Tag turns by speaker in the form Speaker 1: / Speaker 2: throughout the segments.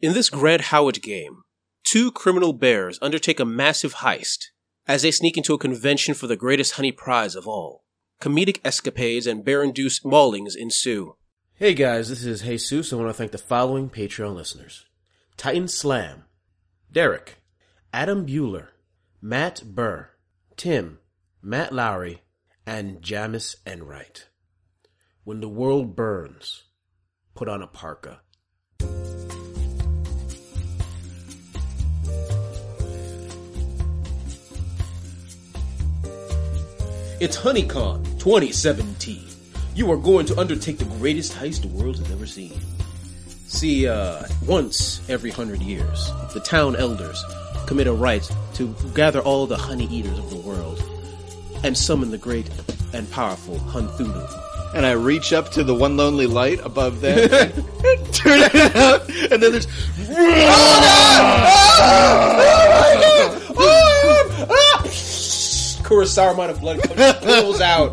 Speaker 1: In this Grand Howard game, two criminal bears undertake a massive heist as they sneak into a convention for the greatest honey prize of all. Comedic escapades and bear-induced maulings ensue.
Speaker 2: Hey guys, this is Jesus. I want to thank the following Patreon listeners Titan Slam, Derek, Adam Bueller, Matt Burr, Tim, Matt Lowry, and Jamis Enright. When the world burns, put on a parka.
Speaker 1: It's HoneyCon 2017. You are going to undertake the greatest heist the world has ever seen. See, uh, once every hundred years, the town elders commit a rite to gather all the honey eaters of the world and summon the great and powerful Hunthulu.
Speaker 3: and I reach up to the one lonely light above them, turn it out, and then there's.
Speaker 1: Ah! Kurosawa amount of blood comes, pulls out.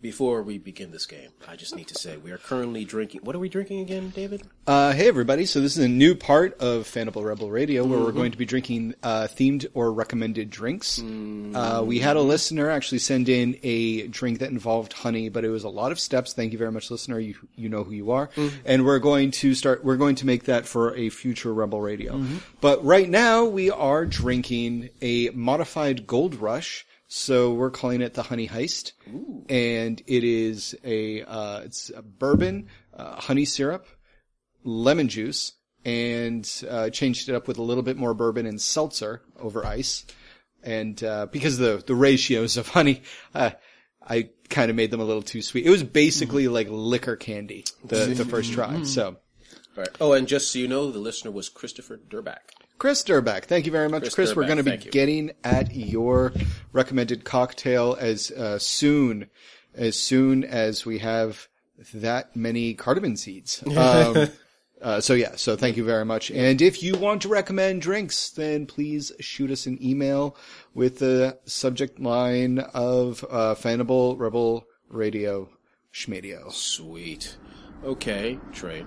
Speaker 1: Before we begin this game, I just need to say we are currently drinking. What are we drinking again, David?
Speaker 3: Uh, hey everybody! So this is a new part of Fanable Rebel Radio where we're going to be drinking uh, themed or recommended drinks. Uh, we had a listener actually send in a drink that involved honey, but it was a lot of steps. Thank you very much, listener. You you know who you are, and we're going to start. We're going to make that for a future Rebel Radio. But right now we are drinking a modified Gold Rush. So we're calling it the Honey Heist, and it is a uh, it's a bourbon, uh, honey syrup lemon juice and uh, changed it up with a little bit more bourbon and seltzer over ice. And uh, because the the ratios of honey, uh, I kind of made them a little too sweet. It was basically like liquor candy the the first try. So
Speaker 1: Right. Oh, and just so you know, the listener was Christopher Durback.
Speaker 3: Chris Durback, thank you very much, Chris.
Speaker 1: Durback,
Speaker 3: we're going to be
Speaker 1: thank you.
Speaker 3: getting at your recommended cocktail as uh, soon as soon as we have that many cardamom seeds. Um, uh, so yeah, so thank you very much. And if you want to recommend drinks, then please shoot us an email with the subject line of uh, Fanable Rebel Radio Schmedio.
Speaker 1: Sweet. Okay, Trey.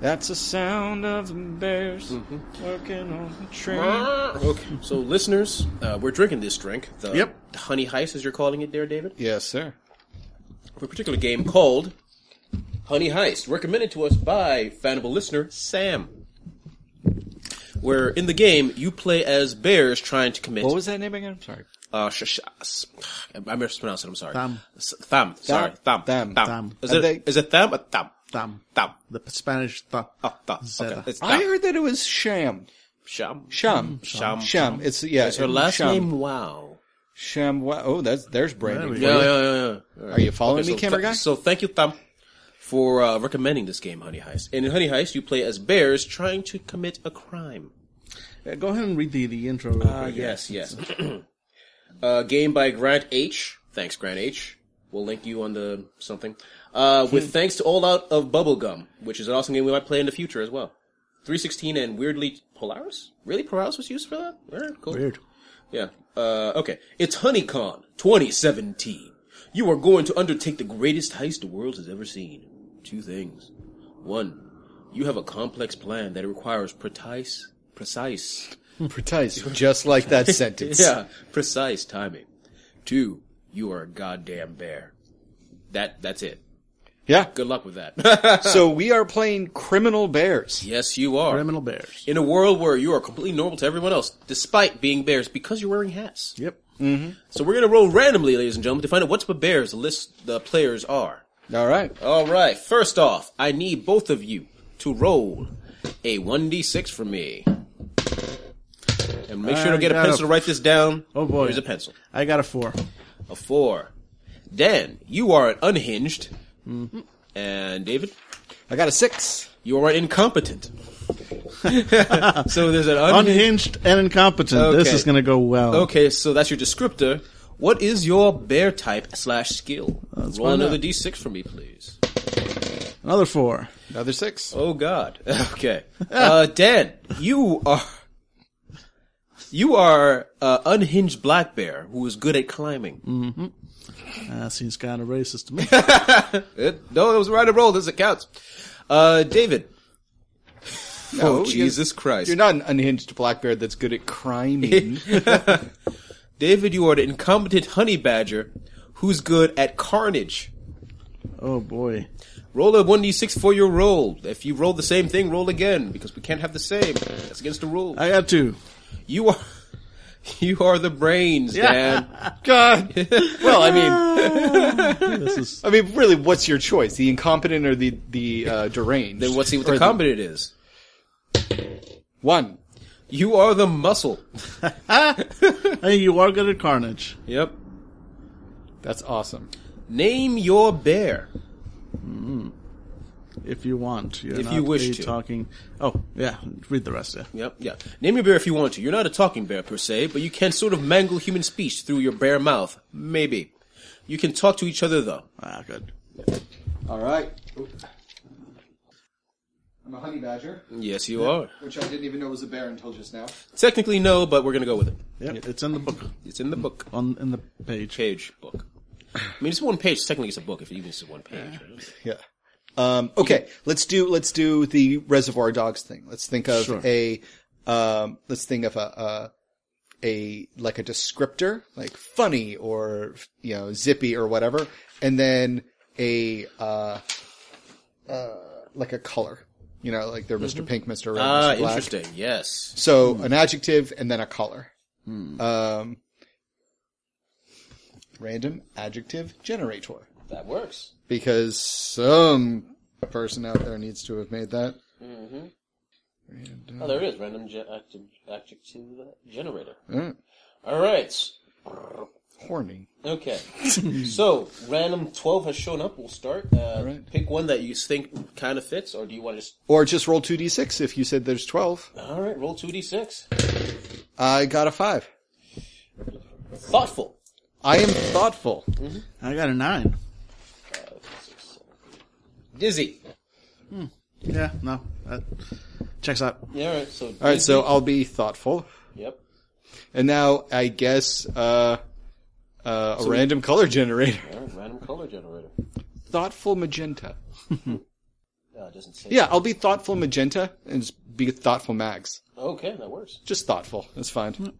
Speaker 4: That's the sound of the bears
Speaker 3: Mm-hmm.
Speaker 4: working on the train.
Speaker 1: Okay. So, listeners, uh, we're drinking this drink. The
Speaker 3: Yep.
Speaker 1: Honey Heist, as you're calling it there, David.
Speaker 3: Yes, sir.
Speaker 1: For a particular game called Honey Heist, recommended to us by fanable listener Sam. Where in the game you play as bears trying to commit.
Speaker 4: What was that name again? I'm sorry.
Speaker 1: Uh, sh- sh- s- I mispronounced it. I'm sorry. Tham. Tham. Sorry. Tham.
Speaker 3: Tham.
Speaker 1: Tham. Is
Speaker 3: Tham.
Speaker 1: it
Speaker 3: They-
Speaker 1: is it tham or tham?
Speaker 5: Tham.
Speaker 1: Tham.
Speaker 5: The Spanish th-
Speaker 1: Oh, tham.
Speaker 5: Zeta.
Speaker 1: Okay. It's
Speaker 3: I
Speaker 1: tham.
Speaker 3: heard that it was sham.
Speaker 1: Sham.
Speaker 3: Sham.
Speaker 1: Sham.
Speaker 3: Sham. It's yeah.
Speaker 1: Is her last
Speaker 3: Sham.
Speaker 1: name Wow?
Speaker 3: Sham. Wa- Oh, that's there's branding.
Speaker 5: we
Speaker 3: for
Speaker 1: Yeah,
Speaker 3: you.
Speaker 1: yeah, yeah. yeah. All
Speaker 3: Are
Speaker 1: right.
Speaker 3: you following
Speaker 1: Okay,
Speaker 3: me,
Speaker 1: so
Speaker 3: camera
Speaker 1: th-
Speaker 3: guy?
Speaker 1: So thank you, Tham, for uh, recommending this game, Honey Heist. And in Honey Heist, you play as bears trying to commit a crime.
Speaker 5: Uh, Go ahead and read the, the intro.
Speaker 1: Ah, yes, yes. uh, game by Grant H. Thanks, Grant H. We'll link you on the something. Uh, with thanks to All Out of Bubblegum, which is an awesome game we might play in the future as well. 316 and weirdly Polaris? Really? Polaris was used for that? Alright, cool.
Speaker 5: Weird.
Speaker 1: Yeah. Uh, okay. It's HoneyCon 2017. You are going to undertake the greatest heist the world has ever seen. Two things. One, you have a complex plan that requires precise, precise
Speaker 3: Precise, just like that sentence.
Speaker 1: yeah, precise timing. Two, you are a goddamn bear. That that's it.
Speaker 3: Yeah.
Speaker 1: Good luck with that.
Speaker 3: So we are playing criminal bears.
Speaker 1: yes, you are.
Speaker 5: Criminal Bears.
Speaker 1: In a world where you are completely normal to everyone else, despite being bears, because you're wearing hats.
Speaker 5: Yep.
Speaker 1: So we're gonna roll randomly, ladies and gentlemen, to find out what type of bears the list the players are.
Speaker 3: All right.
Speaker 1: All right. First off, I need both of you to roll a one d six for me, and make sure
Speaker 5: I
Speaker 1: to get a
Speaker 5: got a-
Speaker 1: pencil to write this down.
Speaker 5: Oh, boy.
Speaker 1: here's a pencil.
Speaker 5: I got a four.
Speaker 1: a four. Dan, you are an unhinged. And David,
Speaker 3: I got a six.
Speaker 1: you are an incompetent. so there's an unhinged.
Speaker 5: Unhinged and incompetent. This
Speaker 1: Okay.
Speaker 5: is going to go well.
Speaker 1: okay, so that's your descriptor. What is your bear type slash skill?
Speaker 5: let's
Speaker 1: Roll
Speaker 5: find
Speaker 1: another
Speaker 5: out.
Speaker 1: d6 for me, please.
Speaker 5: Another four.
Speaker 3: Another six.
Speaker 1: Oh God. Okay. Uh, Dan, you are you are uh, unhinged black bear who is good at climbing. Mm-hmm.
Speaker 5: That seems kind of racist to me.
Speaker 1: It, no, it was right and roll. This it counts. Uh, David.
Speaker 3: No,
Speaker 1: oh, Jesus Christ.
Speaker 3: You're not an unhinged blackbeard that's good at criming.
Speaker 1: David, you are an incompetent honey badger who's good at carnage.
Speaker 5: oh boy.
Speaker 1: Roll a 1d6 for your roll. If you roll the same thing, roll again, because we can't have the same. That's against the rules.
Speaker 5: I got two.
Speaker 1: You are, you are the brains, Dan.
Speaker 3: God. Well, I mean,
Speaker 5: This is
Speaker 3: I mean, really, what's your choice? The incompetent or the the uh, deranged?
Speaker 1: then let's see what
Speaker 3: Or
Speaker 1: the competent is.
Speaker 3: One.
Speaker 1: You are the muscle.
Speaker 5: hey, you are good at carnage.
Speaker 1: Yep.
Speaker 3: That's awesome.
Speaker 1: Name your bear.
Speaker 5: If you want, You're
Speaker 1: If
Speaker 5: not
Speaker 1: you wish
Speaker 5: a
Speaker 1: to.
Speaker 5: Talking. Oh yeah, read the rest. Yeah.
Speaker 1: Yep, yeah. Name your bear if you want to. You're not a talking bear per se, but you can sort of mangle human speech through your bare mouth. Maybe. You can talk to each other though.
Speaker 5: Ah, good.
Speaker 3: All right. I'm a honey badger,
Speaker 1: Yes, you are.
Speaker 3: which I didn't even know was a bear until just now.
Speaker 1: Technically no, but we're gonna go with it.
Speaker 5: Yep, it's in the book
Speaker 1: It's in the book.
Speaker 5: on in the page.
Speaker 1: Page book. I mean, it's one page. Technically, it's a book. If even it's one page. right?
Speaker 3: Yeah. Um, okay, let's do let's do the Reservoir Dogs thing. Let's think of
Speaker 5: Sure.
Speaker 3: a um, let's think of a, a a like a descriptor, like funny or you know zippy or whatever, and then a uh, uh, like a color. You know, like they're Mr. Pink, Mr. Red,
Speaker 1: Ah,
Speaker 3: Mr. Black.
Speaker 1: interesting. Yes.
Speaker 3: So an adjective and then a color. Um, random adjective generator
Speaker 1: That works.
Speaker 3: because some person out there needs to have made that.
Speaker 1: Oh, there it is. Random ge- active, adjective generator.
Speaker 3: Mm.
Speaker 1: All right.
Speaker 3: Horny.
Speaker 1: Okay. so, random 12 has shown up. We'll start. Uh,
Speaker 3: right.
Speaker 1: Pick one that you think kind of fits, or do you want to just.
Speaker 3: Or just roll 2d6 if you said there's 12.
Speaker 1: All right, roll 2d6.
Speaker 3: I got a 5.
Speaker 1: Thoughtful.
Speaker 3: I am thoughtful.
Speaker 5: I got a nine.
Speaker 1: Dizzy.
Speaker 5: Yeah, no, that checks out.
Speaker 1: Yeah, all right, so.
Speaker 3: All right, so I'll be thoughtful.
Speaker 1: Yep.
Speaker 3: And now I guess uh, uh, a random color generator.
Speaker 1: All right, random color generator.
Speaker 3: Thoughtful magenta.
Speaker 1: Uh, it doesn't say.
Speaker 3: Yeah, I'll be thoughtful magenta and just be thoughtful mags.
Speaker 1: Okay, that works.
Speaker 3: Just thoughtful. That's
Speaker 5: Mm.
Speaker 3: fine.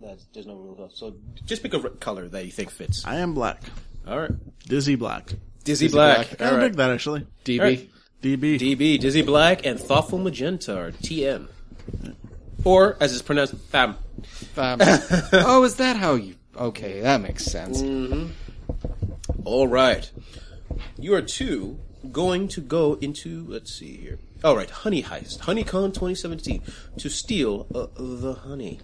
Speaker 1: That's, there's no rule. though. So, just pick a r- color that you think fits.
Speaker 5: I am black,
Speaker 1: All right.
Speaker 5: dizzy black.
Speaker 1: Dizzy, Black.
Speaker 3: Black.
Speaker 5: I
Speaker 1: All right.
Speaker 5: dig that actually.
Speaker 3: DB.
Speaker 1: Alright.
Speaker 5: DB.
Speaker 1: DB, Dizzy Black, and Thoughtful Magenta, or TM. Or, as it's pronounced, FAM.
Speaker 3: Um, oh, is that how you? Okay, that makes sense.
Speaker 1: Mm, All right. You are two going to go into, let's see here. All right, Honey Heist, HoneyCon 2017, to steal uh, the honey.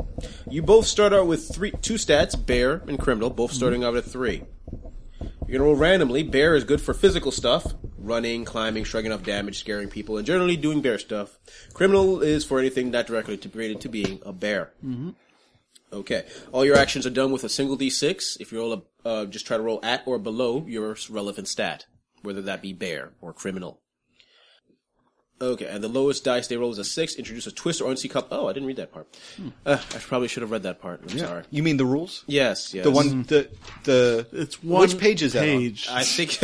Speaker 1: You both start out with three, two stats, bear and criminal, both starting out at three. You're gonna roll randomly. Bear is good for physical stuff. Running, climbing, shrugging off damage, scaring people, and generally doing bear stuff. Criminal is for anything not directly to- related to being a bear.
Speaker 3: Mm-hmm.
Speaker 1: Okay. All your actions are done with a single d6. If you roll a, uh, just try to roll at or below your relevant stat, whether that be bear or criminal. Okay, and the lowest dice they roll is a six. Introduce a twist or unsee cup. Oh, I didn't read that part.
Speaker 3: Hmm.
Speaker 1: Uh, I probably should have read that part. I'm sorry.
Speaker 3: You mean the rules?
Speaker 1: Yes, yes.
Speaker 3: The one, the the.
Speaker 5: Mm. It's one
Speaker 3: Which page is that on?
Speaker 5: page
Speaker 1: I think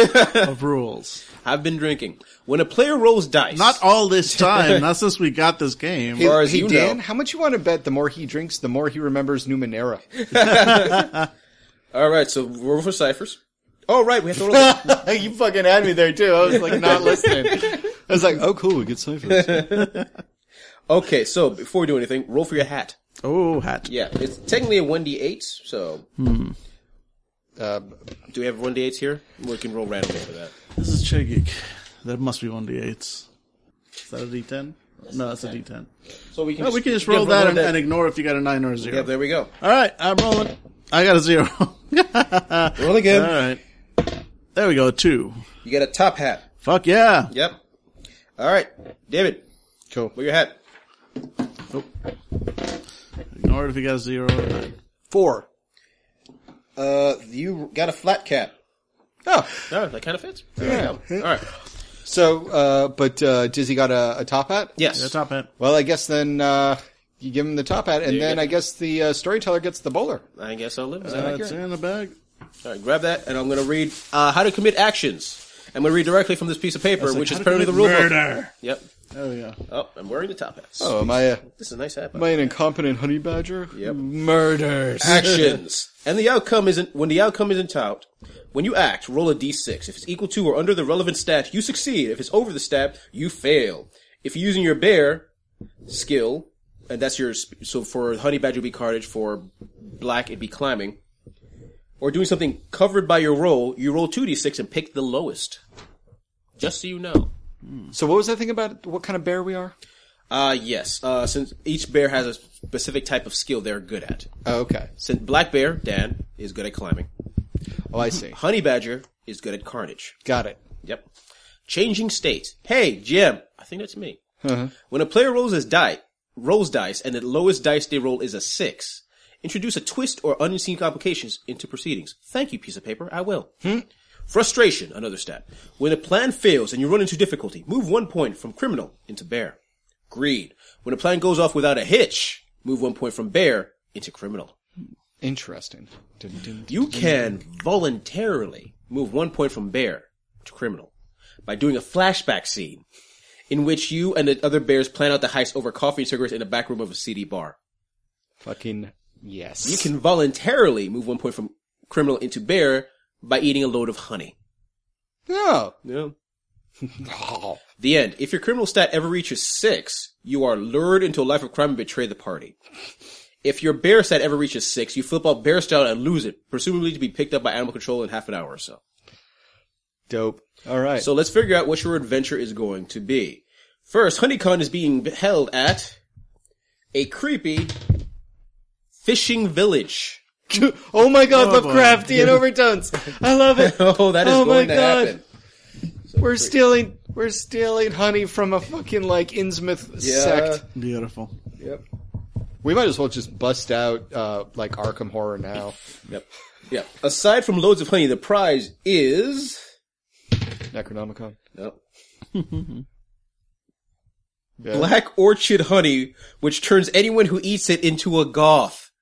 Speaker 5: of rules.
Speaker 1: I've been drinking. When a player rolls dice,
Speaker 5: Not all this time. Not since we got this game.
Speaker 3: Hey,
Speaker 1: far as
Speaker 3: hey,
Speaker 1: you
Speaker 3: Dan,
Speaker 1: know.
Speaker 3: how much you want to bet? The more he drinks, the more he remembers Numenera.
Speaker 1: All right, so roll for ciphers. Oh, right, we have to roll. a-
Speaker 3: you fucking had me there too. I was like not listening. I was like, oh cool, we get ciphers.
Speaker 1: okay, so before we do anything, roll for your hat.
Speaker 5: Oh, hat.
Speaker 1: Yeah, it's technically a one d eight. So
Speaker 3: uh,
Speaker 1: do we have one d eights here? We can roll randomly for that.
Speaker 5: This is Chigik. That must be one d8s. Is that a d10? No, that's a d10.
Speaker 1: So we can.
Speaker 5: No, we can just roll that and, and ignore if you got a nine or a
Speaker 1: yeah,
Speaker 5: zero.
Speaker 1: there we go.
Speaker 5: all right, I'm rolling. I got a zero. all
Speaker 1: Roll again.
Speaker 5: right. There we go. Two.
Speaker 1: You get a top hat.
Speaker 5: Fuck yeah.
Speaker 1: Yep. All right, David,
Speaker 3: cool.
Speaker 1: wear your hat.
Speaker 5: Oh. Ignore it if you got a zero or a nine.
Speaker 3: Four.
Speaker 1: Uh, you got a flat cap.
Speaker 3: Oh,
Speaker 1: Oh, that kind of fits.
Speaker 3: yeah.
Speaker 1: All right.
Speaker 3: So, uh, but uh, Dizzy got a, a top hat.
Speaker 1: Yes.
Speaker 5: Yeah, top hat.
Speaker 3: Well, I guess then uh, you give him the top hat, and
Speaker 1: you
Speaker 3: then
Speaker 1: go.
Speaker 3: I guess the uh, storyteller gets the bowler.
Speaker 1: I guess I'll live. Is that
Speaker 5: Uh,
Speaker 1: accurate?
Speaker 5: it's in the bag.
Speaker 1: All right, grab that, and I'm going to read uh, how to commit actions. I'm going to read directly from this piece of paper, which is apparently the rule book.
Speaker 5: Murder.
Speaker 1: Yep.
Speaker 5: There we go.
Speaker 1: Oh, I'm wearing the top hat.
Speaker 3: Oh, am I, a,
Speaker 1: This is a nice hat. by
Speaker 3: am I an incompetent honey badger?
Speaker 1: Yep.
Speaker 3: Murders.
Speaker 1: actions. and the outcome isn't when the outcome isn't tout. When you act, roll a d6. If it's equal to or under the relevant stat, you succeed. If it's over the stat, you fail. If you're using your bear skill, and that's your sp- so for honey badger would be carnage, for black it'd be climbing, or doing something covered by your roll, you roll two d6 and pick the lowest. Just so you know.
Speaker 3: So what was that thing about what kind of bear we are?
Speaker 1: Uh yes. Uh since each bear has a specific type of skill they're good at.
Speaker 3: Oh, okay.
Speaker 1: Since black bear, Dan, is good at climbing.
Speaker 3: Oh, I see.
Speaker 1: Honey Badger is good at carnage.
Speaker 3: Got it.
Speaker 1: Yep. Changing state. Hey, Jim. I think that's me. When a player rolls his die, rolls dice, and the lowest dice they roll is a six, introduce a twist or unseen complications into proceedings. Thank you, piece of paper. I will. Frustration. Another stat. When a plan fails and you run into difficulty, move one point from criminal into bear. Greed. When a plan goes off without a hitch, move one point from bear into criminal.
Speaker 3: Interesting. Dun, dun.
Speaker 1: You can voluntarily move one point from bear to criminal by doing a flashback scene in which you and the other bears plan out the heist over coffee and cigarettes in the back room of a CD bar.
Speaker 3: Fucking yes.
Speaker 1: You can voluntarily move one point from criminal into bear by eating a load of honey.
Speaker 3: No.
Speaker 1: Yeah.
Speaker 3: Oh.
Speaker 1: The end. If your criminal stat ever reaches six, you are lured into a life of crime and betray the party. If your bear stat ever reaches six, you flip out bear style and lose it, presumably to be picked up by animal control in half an hour or so.
Speaker 3: Dope. All right.
Speaker 1: So let's figure out what your adventure is going to be. First, Honeycon is being held at a creepy fishing village.
Speaker 3: oh my god,
Speaker 5: Oh, boy.
Speaker 3: Lovecraftian overtones. I love it.
Speaker 1: Oh, that is
Speaker 3: Oh my
Speaker 1: going to
Speaker 3: God.
Speaker 1: happen.
Speaker 3: We're stealing we're stealing honey from a fucking like Innsmouth sect.
Speaker 5: Beautiful.
Speaker 3: We might as well just bust out uh like Arkham horror now.
Speaker 1: Yep. Yep. Aside from loads of honey, the prize is
Speaker 3: Necronomicon.
Speaker 1: no.
Speaker 3: Yeah.
Speaker 1: black orchid honey, which turns anyone who eats it into a goth.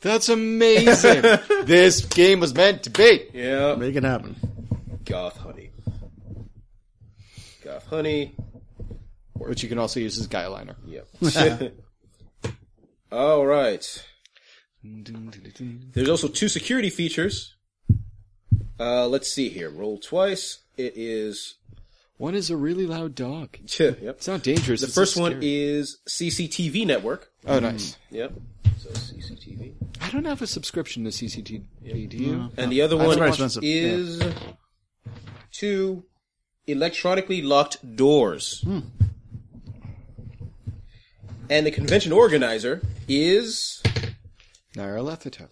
Speaker 3: That's amazing. this game was meant to be.
Speaker 1: Yeah.
Speaker 5: Make it happen.
Speaker 1: Goth honey. Goth honey.
Speaker 3: Which you can also use as guy liner.
Speaker 1: Yep. All right. There's also two security features. Uh, let's see here. Roll twice. It is.
Speaker 3: One is a really loud dog.
Speaker 1: Yep.
Speaker 3: It's not dangerous.
Speaker 1: The
Speaker 3: it's
Speaker 1: first
Speaker 3: just
Speaker 1: one Hmm.
Speaker 3: scary.
Speaker 1: is CCTV network.
Speaker 3: Oh nice.
Speaker 1: Yep. So CCTV.
Speaker 3: I don't have a subscription to CCTV, do you?
Speaker 1: And the other
Speaker 5: That's
Speaker 1: one
Speaker 5: very expensive.
Speaker 1: is two electronically locked doors.
Speaker 5: Hmm.
Speaker 1: And the convention organizer is
Speaker 3: Naira Lethitop.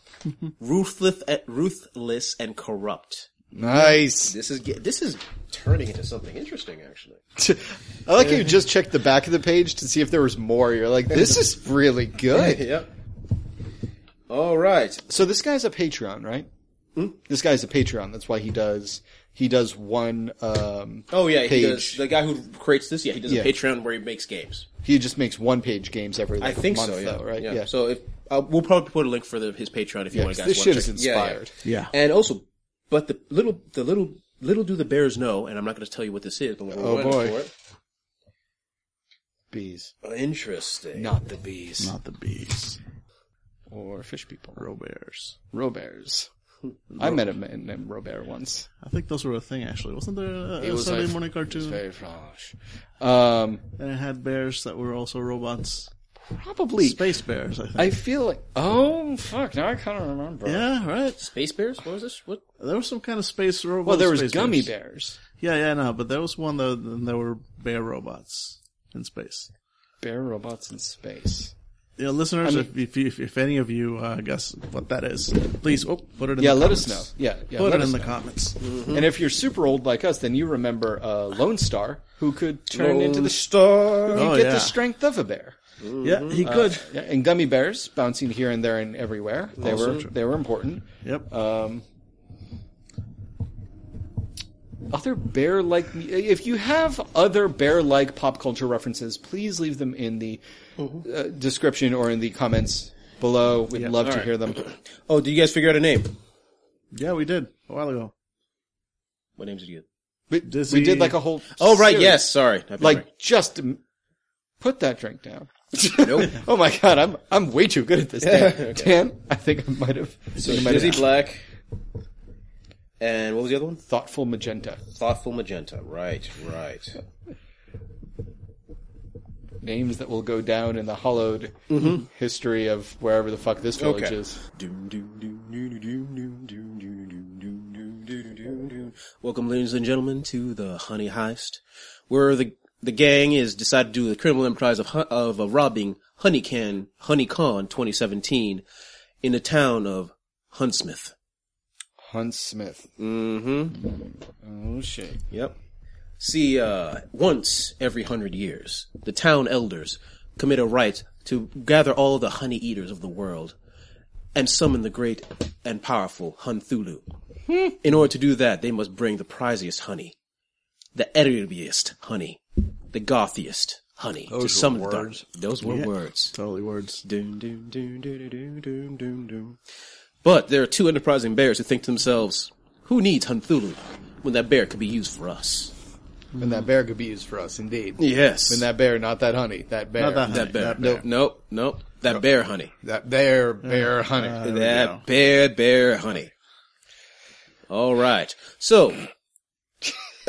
Speaker 1: ruthless, ruthless and corrupt.
Speaker 3: Nice.
Speaker 1: This is ge- this is turning into something interesting, actually.
Speaker 3: I like how you just checked the back of the page to see if there was more. You're like, this is really good.
Speaker 1: Yep. All right.
Speaker 3: So this guy's a Patreon, right?
Speaker 1: Hmm?
Speaker 3: This guy's a Patreon. That's why he does he does one. Um,
Speaker 1: Oh yeah, he
Speaker 3: page.
Speaker 1: does. The guy who creates this, yeah, he does
Speaker 3: Yeah.
Speaker 1: a Patreon where he makes games.
Speaker 3: He just makes one page games every
Speaker 1: I
Speaker 3: like,
Speaker 1: think
Speaker 3: month,
Speaker 1: so. Yeah.
Speaker 3: though, right?
Speaker 1: Yeah. So if uh, we'll probably put a link for the, his Patreon if you
Speaker 3: Yeah,
Speaker 1: want
Speaker 3: 'cause
Speaker 1: guys.
Speaker 3: this
Speaker 1: wanna
Speaker 3: shit
Speaker 1: check it.
Speaker 3: is
Speaker 1: Yeah, yeah.
Speaker 3: inspired.
Speaker 5: Yeah.
Speaker 1: And also, but the little, the little, little do the bears know, and I'm not going to tell you what this is, but we're
Speaker 3: Oh,
Speaker 1: running
Speaker 3: boy.
Speaker 1: for it.
Speaker 3: bees,
Speaker 1: Interesting.
Speaker 3: not the bees
Speaker 5: Not the bees.
Speaker 3: or fish people.
Speaker 5: Robears.
Speaker 3: Roberts. I met a man named Robert once.
Speaker 5: I think those were a thing actually. Wasn't there a, a Saturday morning cartoon?
Speaker 3: Very French. Um,
Speaker 5: and it had bears that were also robots.
Speaker 3: probably.
Speaker 5: Space bears, I think.
Speaker 3: I feel like. Oh fuck! Now I kind of remember.
Speaker 5: yeah, right.
Speaker 1: Space bears? What was this? What?
Speaker 5: There was some kind of space robot.
Speaker 3: Well, there was
Speaker 5: space
Speaker 3: gummy
Speaker 5: bears.
Speaker 3: bears.
Speaker 5: Yeah, yeah, no, but there was one though. And there were bear robots in space.
Speaker 3: Bear robots in space.
Speaker 5: Yeah, listeners,
Speaker 3: I mean-
Speaker 5: if, if, you- if if any of you uh, guess what that is, please oh, put it in
Speaker 3: Yeah,
Speaker 5: the
Speaker 3: let
Speaker 5: comments.
Speaker 3: us know. Yeah, yeah.
Speaker 5: Put
Speaker 3: let
Speaker 5: it in
Speaker 3: us
Speaker 5: the
Speaker 3: know.
Speaker 5: comments.
Speaker 3: And if you're super old like us, then you remember uh, Lone Star, who could turn into Oh, the
Speaker 1: star.
Speaker 3: who could
Speaker 5: Oh,
Speaker 3: get
Speaker 5: yeah.
Speaker 3: the strength of a bear.
Speaker 5: Yeah, he
Speaker 3: Uh,
Speaker 5: could.
Speaker 3: Yeah, and gummy bears bouncing here and there and everywhere. They were they were important.
Speaker 5: yep.
Speaker 3: Um, other bear like if you have other bear like pop culture references, please leave them in the
Speaker 1: Mm-hmm.
Speaker 3: uh, description or in the comments below. We'd love to
Speaker 1: All right.
Speaker 3: hear them.
Speaker 1: Oh, did you guys figure out a name?
Speaker 5: Yeah, we did a while ago.
Speaker 1: What names did you? Get?
Speaker 3: We,
Speaker 5: Dizzy.
Speaker 3: we did like a whole.
Speaker 1: Oh right,
Speaker 3: series.
Speaker 1: yes. Sorry, I've been
Speaker 3: Like
Speaker 1: right.
Speaker 3: just m- put that drink down.
Speaker 1: nope.
Speaker 3: Oh my god, I'm I'm way too good at this. Dan, Dan I think I might have.
Speaker 1: So
Speaker 3: I might have-
Speaker 1: Dizzy Black. And what was the other one?
Speaker 3: thoughtful magenta.
Speaker 1: Thoughtful Magenta. Right, right.
Speaker 3: Names that will go down in the hollowed
Speaker 1: Mm-hmm.
Speaker 3: history of wherever the fuck this village is.
Speaker 1: Welcome, ladies and gentlemen, to the Honey Heist, where the the gang is decided to do the criminal enterprise of hu- of uh, robbing Honeycan Honeycon 2017 in the town of Huntsmith.
Speaker 3: Hunt Smith. Mm-hmm. Oh shit.
Speaker 1: Yep. See, uh, once every hundred years, the town elders commit a rite to gather all the honey eaters of the world and summon the great and powerful Hunthulu. In order to do that, they must bring the priziest honey, the edibiest honey, the gothiest honey to summon the dark- Those were words.
Speaker 5: Totally words.
Speaker 1: Doom, doom, doom, doom, doom, doom, doom, doom. But there are two enterprising bears who think to themselves, who needs Hunthulu when that bear could be used for us?
Speaker 3: And that bear could be used for us, indeed.
Speaker 1: Yes.
Speaker 3: And that bear, not that honey. That bear.
Speaker 5: Not that honey,
Speaker 1: that bear.
Speaker 5: that
Speaker 1: Nope, nope, nope. That bear honey.
Speaker 3: That bear, bear honey.
Speaker 1: that bear, bear honey. All right. So,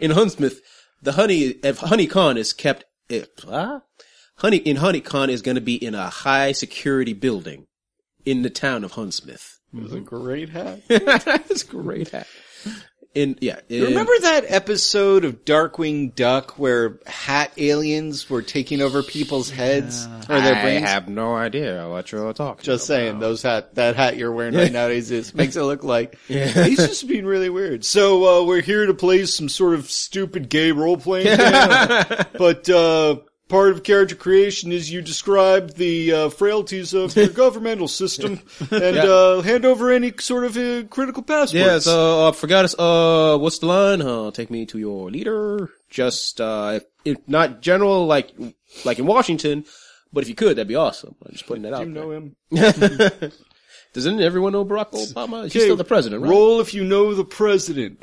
Speaker 1: in Huntsmith, the honey, if honeycon is kept, if, ah, honey, in honeycon is going to be in a high security building in the town of Huntsmith.
Speaker 3: It was a great hat.
Speaker 1: That's a great hat. In, yeah. in-
Speaker 3: Remember that episode of Darkwing Duck where hat aliens were taking over people's heads or their brains?
Speaker 1: no idea what you're talking
Speaker 3: Just
Speaker 5: Oh,
Speaker 3: saying, those hat that hat you're wearing right nowadays is makes it look like he's just being really weird. So uh, we're here to play some sort of stupid gay role playing, game, but uh, part of character creation is you describe the uh, frailties of your governmental system and uh, hand over any sort of uh, critical passports.
Speaker 1: Yeah, so uh, I forgot us. Uh, what's the line? Huh? Take me to your leader. Just uh, if, if not general, like like in Washington, but if you could, that'd be awesome. I'm just putting that out.
Speaker 3: you know
Speaker 1: there.
Speaker 3: him.
Speaker 1: Doesn't everyone know Barack Obama? He's still the president, right?
Speaker 3: Roll if you know the president.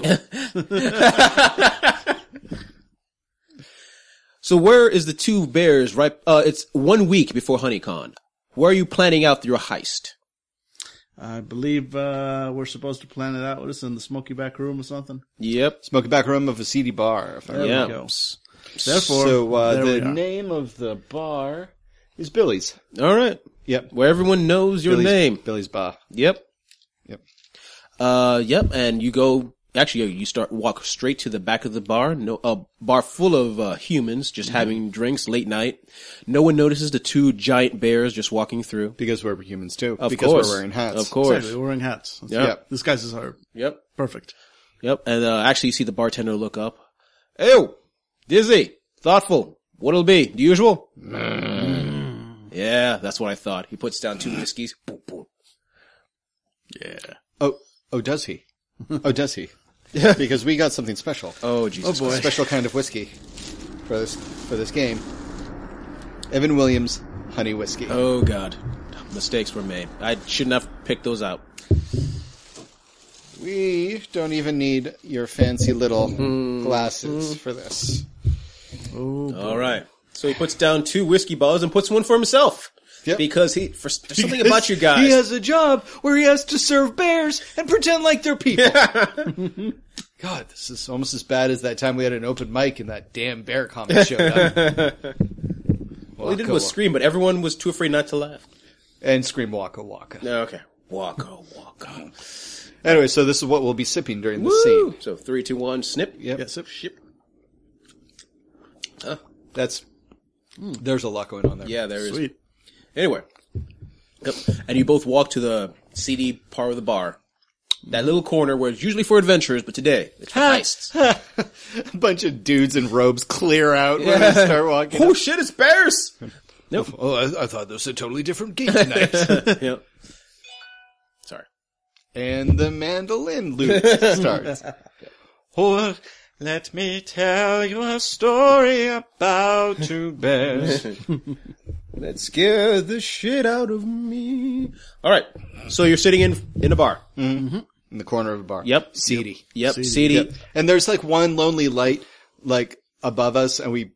Speaker 1: So where is the two bears? Right, uh, it's one week before HoneyCon. Where are you planning out your heist?
Speaker 5: I believe uh, we're supposed to plan it out with us in the smoky back room or something.
Speaker 1: Yep.
Speaker 3: Smoking back room of a seedy bar. If I
Speaker 5: There
Speaker 1: Yeah.
Speaker 5: we go. Therefore,
Speaker 3: so uh,
Speaker 5: there we
Speaker 3: the
Speaker 5: are.
Speaker 3: name of the bar is Billy's.
Speaker 1: All right.
Speaker 3: Yep.
Speaker 1: Where everyone knows your
Speaker 3: Billy's-
Speaker 1: name.
Speaker 3: Billy's Bar.
Speaker 1: Yep.
Speaker 3: Yep.
Speaker 1: Uh, yep. And you go, actually, you start walk straight to the back of the bar. No, a bar full of uh, humans just having drinks late night. No one notices the two giant bears just walking through.
Speaker 3: Because we're humans too.
Speaker 1: Of
Speaker 3: because
Speaker 1: course,
Speaker 3: we're wearing hats.
Speaker 1: Of course.
Speaker 5: Exactly, we're wearing hats.
Speaker 1: Yeah.
Speaker 5: Yep. This guy's is our
Speaker 1: Yep.
Speaker 5: perfect.
Speaker 1: Yep. And uh, actually, you see the bartender look up. Ew, dizzy, thoughtful. What'll it be the usual? yeah, that's what I thought. He puts down two whiskeys. Boom, boom.
Speaker 5: Yeah.
Speaker 3: Oh, oh, does he? oh, does he? because we got something special.
Speaker 1: Oh Jesus!
Speaker 3: A special kind of whiskey for this for this game. Evan Williams honey whiskey.
Speaker 1: Oh God, mistakes were made. I shouldn't have picked those out.
Speaker 3: We don't even need your fancy little
Speaker 1: Hmm.
Speaker 3: glasses for this.
Speaker 1: All right. So he puts down two whiskey bottles and puts one for himself.
Speaker 3: Yep.
Speaker 1: Because he, for there's something about you guys.
Speaker 3: He has a job where he has to serve bears and pretend like they're people. God, this is almost as bad as that time we had an open mic and that damn bear comic showed up.
Speaker 1: All he
Speaker 3: oh,
Speaker 1: did was scream, but everyone was too afraid not to laugh.
Speaker 3: and scream waka waka.
Speaker 1: Okay. oh, Waka, waka.
Speaker 3: Anyway, so this is what we'll be sipping during the
Speaker 1: Woo!
Speaker 3: scene.
Speaker 1: So three, two, one, snip.
Speaker 3: Yep.
Speaker 5: Yes. Ship.
Speaker 3: That's there's a lot going on there.
Speaker 1: Yeah, there is.
Speaker 5: Sweet.
Speaker 1: Anyway. Yep. And you both walk to the seedy part of the bar. That little corner where it's usually for adventurers, but today it's for heists.
Speaker 3: A bunch of dudes in robes clear out when they start walking.
Speaker 1: oh shit, it's bears!
Speaker 3: Oh, I, I thought this was a totally different game tonight.
Speaker 1: yep. Sorry.
Speaker 3: and the mandolin loop starts.
Speaker 4: Oh, let me tell you a story about two bears.
Speaker 1: That scared the shit out of me. All right. So you're sitting in in a bar.
Speaker 3: in the corner of a bar.
Speaker 1: Yep.
Speaker 3: Seedy.
Speaker 1: Yep. CD.
Speaker 3: And there's like one lonely light, like above us, and we,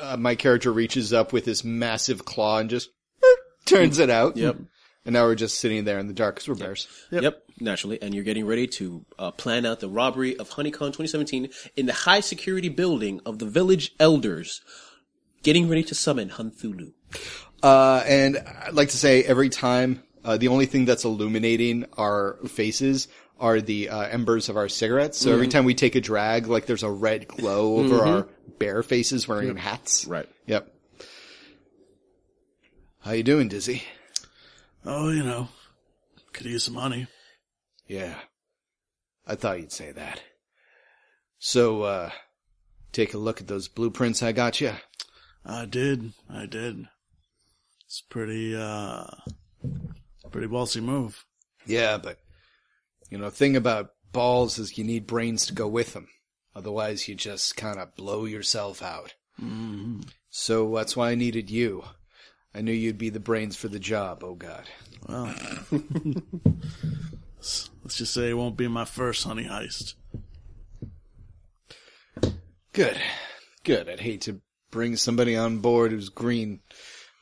Speaker 3: uh, my character reaches up with his massive claw and just uh, turns it out. Yep. And now we're just sitting there in the dark because we're bears.
Speaker 1: Yep. Naturally, and you're getting ready to uh, plan out the robbery of Honeycon 2017 in the high security building of the village elders, getting ready to summon Hunthulu.
Speaker 3: Uh, and I'd like to say every time, uh, the only thing that's illuminating our faces are the uh, embers of our cigarettes. So every time we take a drag, like there's a red glow over our bare faces wearing hats.
Speaker 1: Right.
Speaker 3: Yep. How you doing, Dizzy?
Speaker 5: Oh, you know, could use some money.
Speaker 3: Yeah. I thought you'd say that. So, uh, take a look at those blueprints I got you.
Speaker 5: I did. I did. It's pretty, uh, pretty ballsy move.
Speaker 3: Yeah, but, you know, thing about balls is you need brains to go with them. Otherwise you just kind of blow yourself out. So that's why I needed you. I knew you'd be the brains for the job, oh god.
Speaker 5: Well, let's let's just say it won't be my first honey heist.
Speaker 3: Good. Good. I'd hate to bring somebody on board who's green,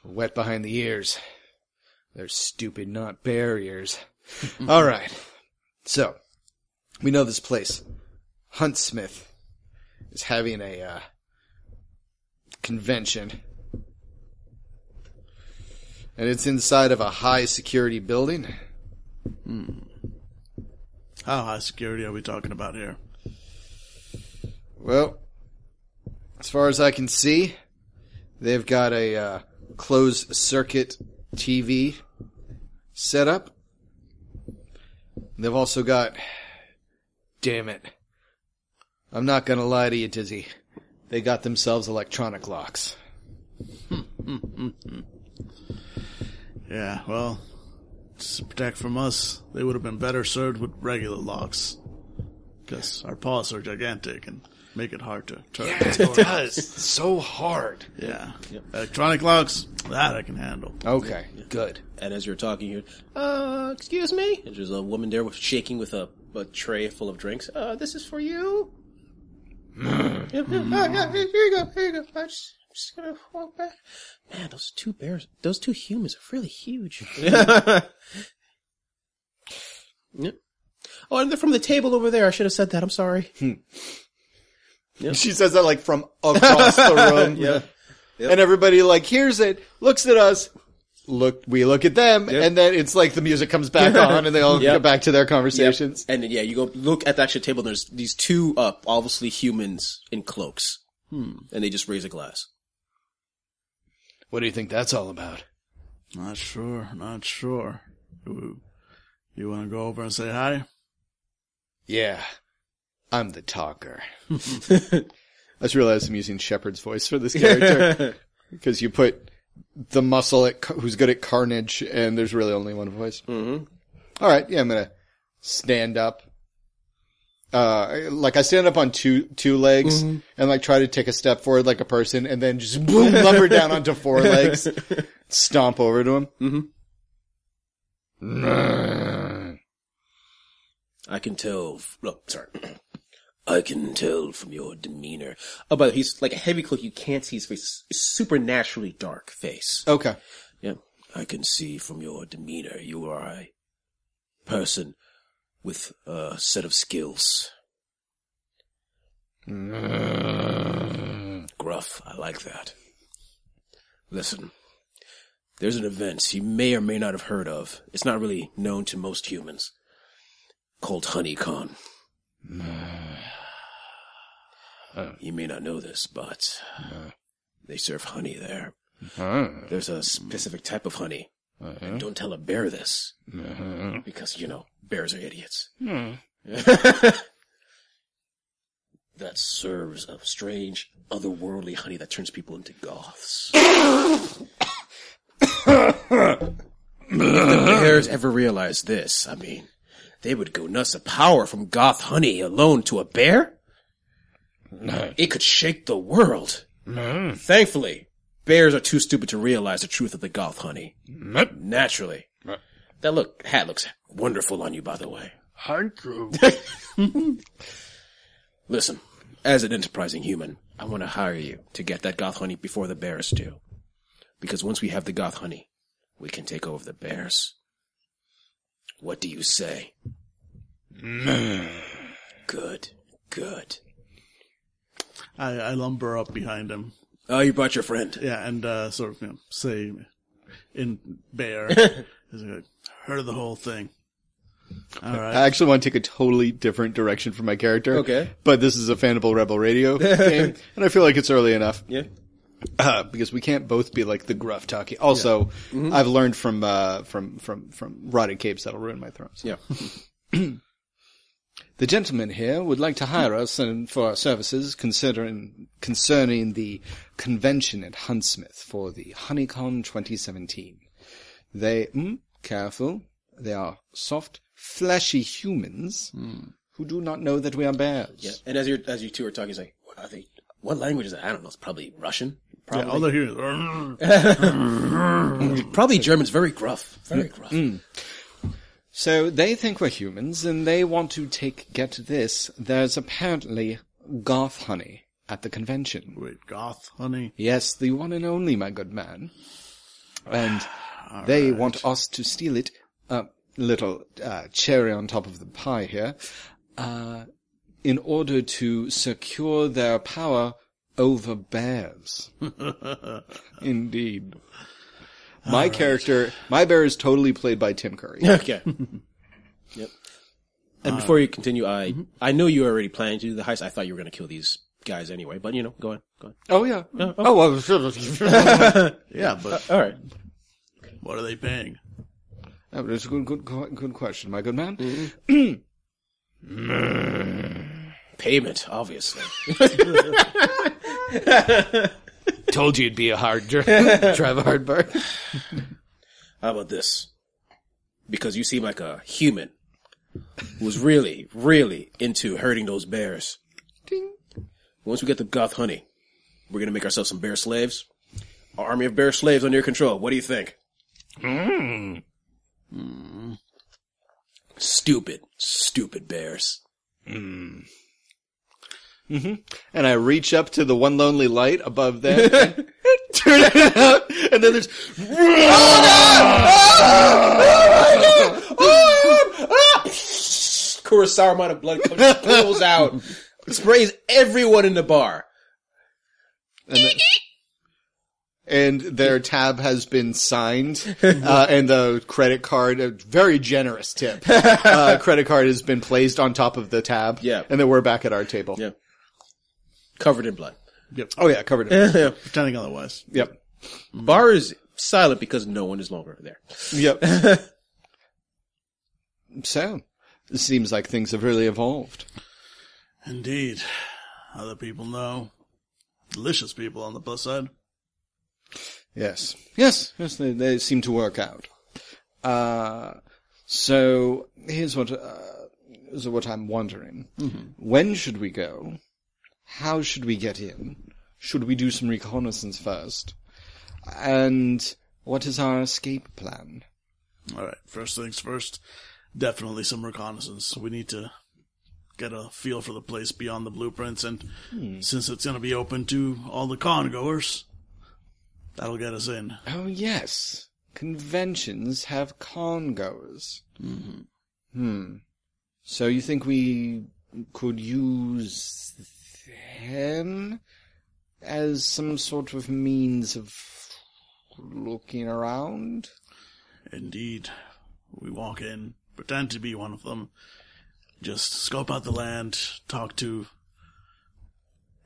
Speaker 3: wet behind the ears. They're stupid, not bear ears. All right. So, we know this place. Huntsmith is having a uh, convention. And it's inside of a high security building.
Speaker 5: How high security are we talking about here?
Speaker 3: Well, as far as I can see, they've got a uh, closed circuit TV set up. They've also got. Damn it. I'm not gonna lie to you, Dizzy. They got themselves electronic locks.
Speaker 5: Yeah, well, just to protect from us, they would have been better served with regular locks. Because our paws are gigantic and make it hard to turn.
Speaker 3: That is so hard.
Speaker 5: Yeah. Electronic locks, that I can handle.
Speaker 3: Okay, good.
Speaker 1: And as you're talking, you uh, excuse me. And there's a woman there with, shaking with a, a tray full of drinks. Uh, this is for you. Yep, yep. Ah, yeah, here you go. Here you go. I'm just, I'm just gonna walk back. Man, those two bears, those two humans are really huge. Yep. Oh, and they're from the table over there. I should have said that. I'm sorry.
Speaker 3: She says that like from across the room. And everybody like hears it, looks at us, look we look at them, and then it's like the music comes back on and they all
Speaker 1: Yep.
Speaker 3: get back to their
Speaker 1: Yep.
Speaker 3: conversations.
Speaker 1: And then, yeah, you go look at the actual table. There's these two, uh, obviously humans in cloaks. And they just raise a glass.
Speaker 3: What do you think that's all about?
Speaker 5: Not sure, not sure. Ooh. You want to go over and say hi?
Speaker 3: Yeah. I'm the talker. I just realized I'm using Shepard's voice for this character. Because you put the muscle at, ca- who's good at carnage, and there's really only one voice. Mm-hmm. right, yeah, I'm gonna stand up. Uh, I- like I stand up on two two legs and like try to take a step forward like a person, and then just boom, lumber down onto four legs, stomp over to him.
Speaker 1: I can tell. f- Oh, sorry. I can tell from your demeanor. Oh, but he's like a heavy cloak. You can't see his face. It's supernaturally dark face.
Speaker 3: Okay,
Speaker 1: Yeah. I can see from your demeanor you are a person with a set of skills. Gruff. I like that. Listen. There's an event you may or may not have heard of. It's not really known to most humans. Called Honeycon. You may not know this, but they serve honey there. There's a specific type of honey. And don't tell a bear this. Because, you know, bears are idiots. that serves a strange, otherworldly honey that turns people into goths. Did the bears ever realize this? I mean, they would go nuts. The power from goth honey alone to a bear? It could shake the world. Thankfully, Bears are too stupid to realize the truth of the goth honey. Naturally. That look hat looks wonderful on you, by the way.
Speaker 5: Thank you.
Speaker 1: Listen, as an enterprising human, I want to hire you to get that goth honey before the bears do. Because once we have the goth honey, we can take over the bears. What do you say? good, good.
Speaker 5: I, I lumber up behind him.
Speaker 1: Oh, you brought your friend.
Speaker 5: Yeah, and uh, sort of you know, say in bear, he's like, heard of the whole thing. All right.
Speaker 3: I actually want to take a totally different direction for my character.
Speaker 1: Okay.
Speaker 3: But this is a Fanable Rebel Radio game, and I feel like it's early enough
Speaker 1: Yeah.
Speaker 3: uh, because we can't both be like the gruff talkie. Also, I've learned from uh, from from from rotted capes that'll ruin my thrones.
Speaker 1: Yeah.
Speaker 3: The gentleman here would like to hire us and for our services considering concerning the convention at Huntsmith for the Honeycon 2017. They, mm, careful, they are soft, fleshy humans who do not know that we are bears.
Speaker 1: Yeah. And as you as you two are talking, he's like, what are they? What language is that? I don't know. It's probably Russian.
Speaker 5: Yeah,
Speaker 1: Probably.
Speaker 5: all they're hearing is, "Arr."
Speaker 1: probably German's very gruff. Mm. Very gruff.
Speaker 3: So they think we're humans and they want to take, get this, there's apparently goth honey at the convention.
Speaker 5: wait, goth, honey.
Speaker 3: Yes, the one and only, my good man. And they want us to steal it. A little uh, cherry on top of the pie here. Uh, in order to secure their power over bears. Indeed. My character, my bear is totally played by Tim Curry.
Speaker 1: Okay. yep. And before you continue, I I know you were already planning to do the heist. I thought you were going to kill these guys anyway, but you know, go on, go on.
Speaker 3: oh yeah. Oh, well,
Speaker 5: Yeah, but
Speaker 1: All right.
Speaker 5: what are they paying?
Speaker 3: that was a good, good, good question, my good man.
Speaker 1: Mm-hmm. Payment, obviously.
Speaker 3: Told you it'd be a hard drive, drive a hard bar.
Speaker 1: How about this? Because you seem like a human who's really, really into hurting those bears. Once we get the goth honey, we're going to make ourselves some bear slaves. An army of bear slaves under your control. What do you think? Hmm. Stupid, stupid bears.
Speaker 3: and I reach up to the one lonely light above there, and turn it out, and then there's.
Speaker 1: Kurosawa amount of blood comes, pulls out, sprays everyone in the bar.
Speaker 3: And, the- and their tab has been signed, uh, and the credit card, a very generous tip, uh, credit card has been placed on top of the tab.
Speaker 1: Yeah.
Speaker 3: And then we're back at our table.
Speaker 1: Yeah. Covered in blood.
Speaker 3: Oh yeah, covered it.
Speaker 5: Pretending otherwise.
Speaker 3: yep.
Speaker 1: Bar is silent because no one is longer there.
Speaker 3: Yep. so, it seems like things have really evolved.
Speaker 5: Indeed. Other people know. Delicious people on the plus side.
Speaker 3: Yes. Yes. Yes, they, they seem to work out. Uh, so here's what, uh, is what I'm wondering. When should we go? How should we get in? Should we do some reconnaissance first? And what is our escape plan?
Speaker 5: All right, first things first. Definitely some reconnaissance. We need to get a feel for the place beyond the blueprints, and since it's going to be open to all the con goers, that'll get us in.
Speaker 3: Oh yes, conventions have con goers. Mm-hmm. Hmm. So you think we could use them as some sort of means of looking around?
Speaker 5: Indeed. We walk in, pretend to be one of them, just scope out the land, talk to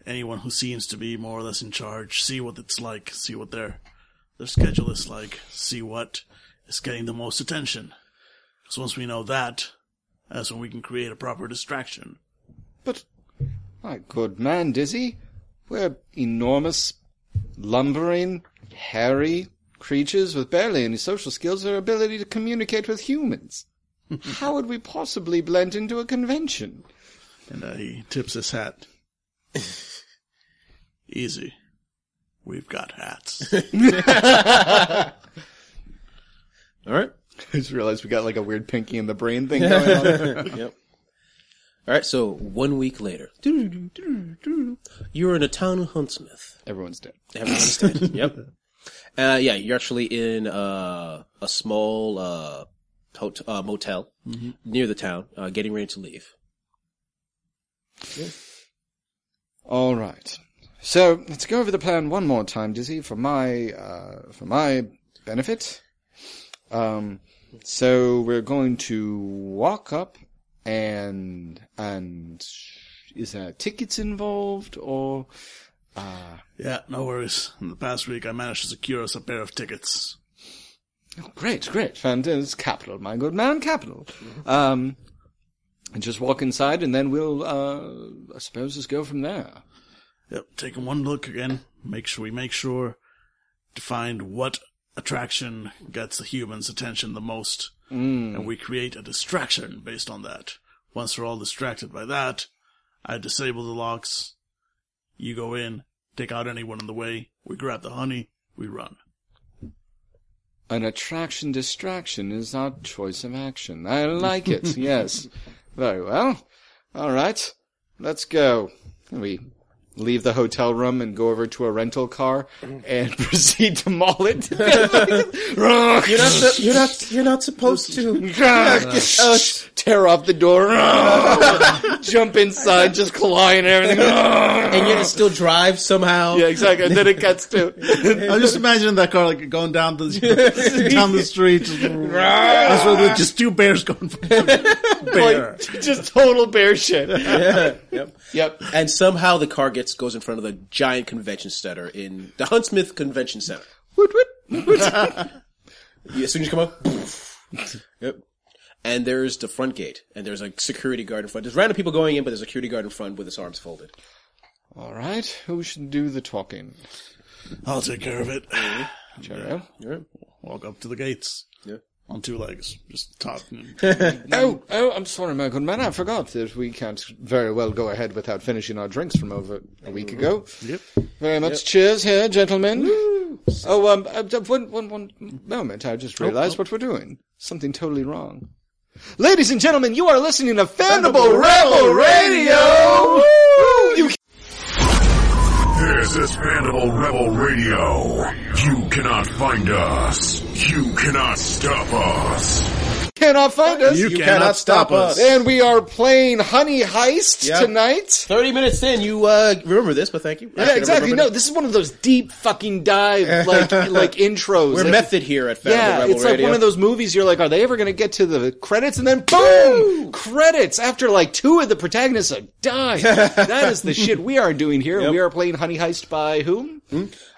Speaker 5: anyone who seems to be more or less in charge, see what it's like, see what their their schedule is like, see what is getting the most attention. So once we know that, that's when we can create a proper distraction.
Speaker 3: But my good man, Dizzy, we're enormous, lumbering, hairy creatures with barely any social skills or ability to communicate with humans. How would we possibly blend into a convention?
Speaker 5: And uh, he tips his hat. Easy. We've got hats.
Speaker 1: All right.
Speaker 3: I just realized we got like a weird Pinky in the Brain thing going on.
Speaker 1: Yep. All right. So one week later, you're in a town of Huntsmith.
Speaker 3: Everyone's dead.
Speaker 1: Everyone's dead. yep. Uh, yeah, you're actually in uh, a small uh, hot- uh, motel
Speaker 2: Mm-hmm.
Speaker 1: near the town, uh, getting ready to leave.
Speaker 3: All right. So let's go over the plan one more time, Dizzy, for my uh, for my benefit. Um, so we're going to walk up, and and is there tickets involved or?
Speaker 5: yeah, no worries. In the past week, I managed to secure us a pair of tickets.
Speaker 3: Oh, great, great, fantastic, capital, my good man, capital.
Speaker 1: Mm-hmm.
Speaker 3: Um, and just walk inside, and then we'll uh, I suppose just go from there.
Speaker 5: Yep, taking one look again. Make sure we make sure to find what attraction gets the humans' attention the most, and we create a distraction based on that. Once we're all distracted by that, I disable the locks. You go in, take out anyone in the way. We grab the honey. We run.
Speaker 3: An attraction distraction is our choice of action. I like it, yes. Very well. All right. Let's go. And we leave the hotel room and go over to a rental car and proceed to maul it.
Speaker 2: You're not, su- you're not, you're not supposed to.
Speaker 3: Oh, Tear off the door. Jump inside, just clawing and everything.
Speaker 2: And yet it still drives somehow.
Speaker 3: Yeah, exactly. And then it cuts to
Speaker 5: I'm just imagining that car like going down the down the street. That's what with just two bears going for bear.
Speaker 3: like, just total bear shit.
Speaker 1: Yep.
Speaker 3: Yep.
Speaker 1: And somehow the car gets goes in front of the giant convention center in the Huntsmith Convention Center.
Speaker 3: Woot, woot.
Speaker 1: Yeah, as soon as you come up, poof. yep. And there's the front gate, and there's a security guard in front. There's random people going in, but there's a security guard in front with his arms folded.
Speaker 3: All right. Who should do the talking?
Speaker 5: I'll take care of it.
Speaker 3: Cheerio.
Speaker 5: Walk up to the gates.
Speaker 1: Yeah.
Speaker 5: On two legs, just top. Um,
Speaker 3: Oh, oh, I'm sorry, my good man. I forgot that we can't very well go ahead without finishing our drinks from over a week ago.
Speaker 5: Yep.
Speaker 3: Very much cheers here, gentlemen. Oh, um, uh, d- one, one, one moment. I just realized what we're doing. Something totally wrong. Ladies and gentlemen, you are listening to Fandible Rebel Radio! Woo! You
Speaker 6: This is Fandible Rebel Radio. You cannot find us. You cannot stop us.
Speaker 3: cannot find us!
Speaker 5: You, cannot, stop us.
Speaker 3: And we are playing Honey Heist
Speaker 1: Yeah.
Speaker 3: tonight.
Speaker 1: Thirty minutes in, you uh, remember this, but thank you. I
Speaker 3: Yeah,
Speaker 1: should
Speaker 3: exactly.
Speaker 1: remember
Speaker 3: No, this is one of those deep fucking dive like like
Speaker 1: that.
Speaker 3: intros.
Speaker 1: we're
Speaker 3: Like,
Speaker 1: method here at Family
Speaker 3: Yeah,
Speaker 1: Rebel
Speaker 3: it's like
Speaker 1: Radio.
Speaker 3: one of those movies. You're like, are they ever going to get to the credits? And then boom, credits. After like two of the protagonists have died. that is the shit we are doing here. We are playing Honey Heist by whom?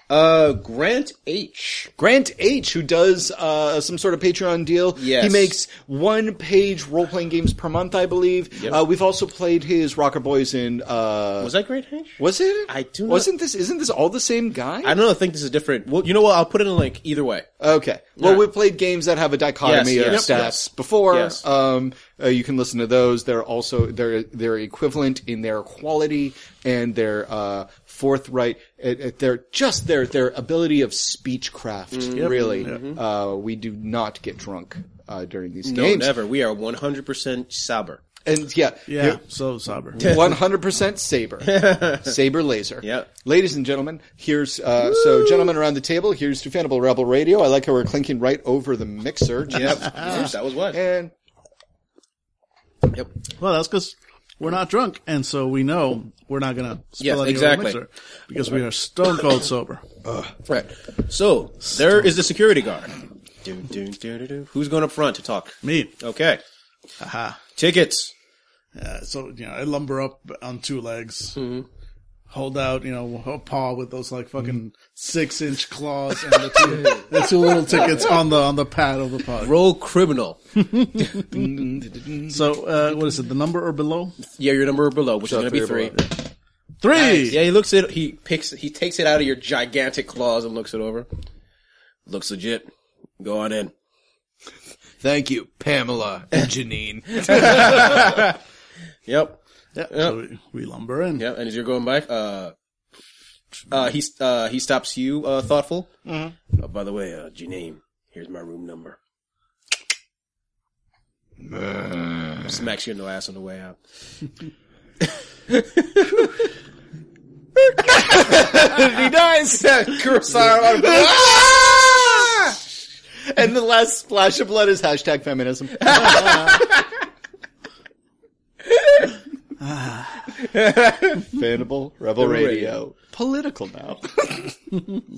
Speaker 1: uh, Grant H.
Speaker 3: Grant H, who does uh, some sort of Patreon deal.
Speaker 1: Yes.
Speaker 3: He makes one page role playing games per month, I believe. Uh, we've also played his Rocker Boys in. Uh,
Speaker 1: Was that Grant H?
Speaker 3: was it?
Speaker 1: I do not-
Speaker 3: Wasn't this? Isn't this all the same guy?
Speaker 1: I don't know. I think this is different. Well, you know what? I'll put in a link either way.
Speaker 3: Okay. Well, we've played games that have a dichotomy
Speaker 1: Yes,
Speaker 3: of
Speaker 1: yes,
Speaker 3: stats
Speaker 1: yes.
Speaker 3: before.
Speaker 1: Yes.
Speaker 3: Um, uh, you can listen to those. They're also they're they're equivalent in their quality and their uh, forthright. It, it, they're just their their ability of speechcraft.
Speaker 1: Mm-hmm.
Speaker 3: Really, uh, we do not get drunk uh, during these
Speaker 1: No,
Speaker 3: games.
Speaker 1: Oh, never. We are 100% sober.
Speaker 3: And yeah,
Speaker 5: Yeah, so sober.
Speaker 3: One hundred percent saber, saber laser.
Speaker 1: Yep.
Speaker 3: ladies and gentlemen, here's uh, so gentlemen around the table. Here's to Fanable Rebel Radio. I like how we're clinking right over the mixer.
Speaker 1: Yep. that was what.
Speaker 3: And
Speaker 1: Yep.
Speaker 5: Well, that's because we're not drunk, and so we know we're not gonna spill
Speaker 1: Yes,
Speaker 5: any over the
Speaker 1: exactly.
Speaker 5: mixer, because we are stone cold sober.
Speaker 1: Right. So, there is the security guard. Do, do, do, do, do. Who's going up front to talk?
Speaker 5: Me,
Speaker 1: Okay.
Speaker 5: aha.
Speaker 1: Tickets.
Speaker 5: Yeah, uh, so you know, I lumber up on two legs,
Speaker 1: Mm-hmm.
Speaker 5: hold out, you know, a paw with those like fucking six inch claws and the two, the two little tickets on the on the pad of the pod.
Speaker 1: Roll criminal.
Speaker 5: So uh, what is it? The number or below?
Speaker 1: Yeah, your number below, which is going to be three.
Speaker 5: Three.
Speaker 1: Yeah, he looks it. He picks. He takes it out of your gigantic claws and looks it over. Looks legit. Go on in.
Speaker 3: Thank you, Pamela and Janine.
Speaker 1: Yep.
Speaker 5: Yeah, so we, we lumber in.
Speaker 1: Yep. And as you're going by, uh, Uh, he uh, he stops you, uh, thoughtful. Oh, by the way, uh, Janine, here's my room number. Smacks you in the ass on the way out. he dies. Kurosawa.
Speaker 3: "Ah!" And the last splash of blood is hashtag feminism. Ah. Fanable Rebel Radio. Political now.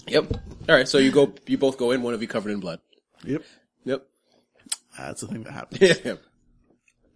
Speaker 1: Yep. All right. So you go. You both go in. One of you covered in blood.
Speaker 5: Yep.
Speaker 1: Yep.
Speaker 5: That's the thing that happened.
Speaker 1: Yeah.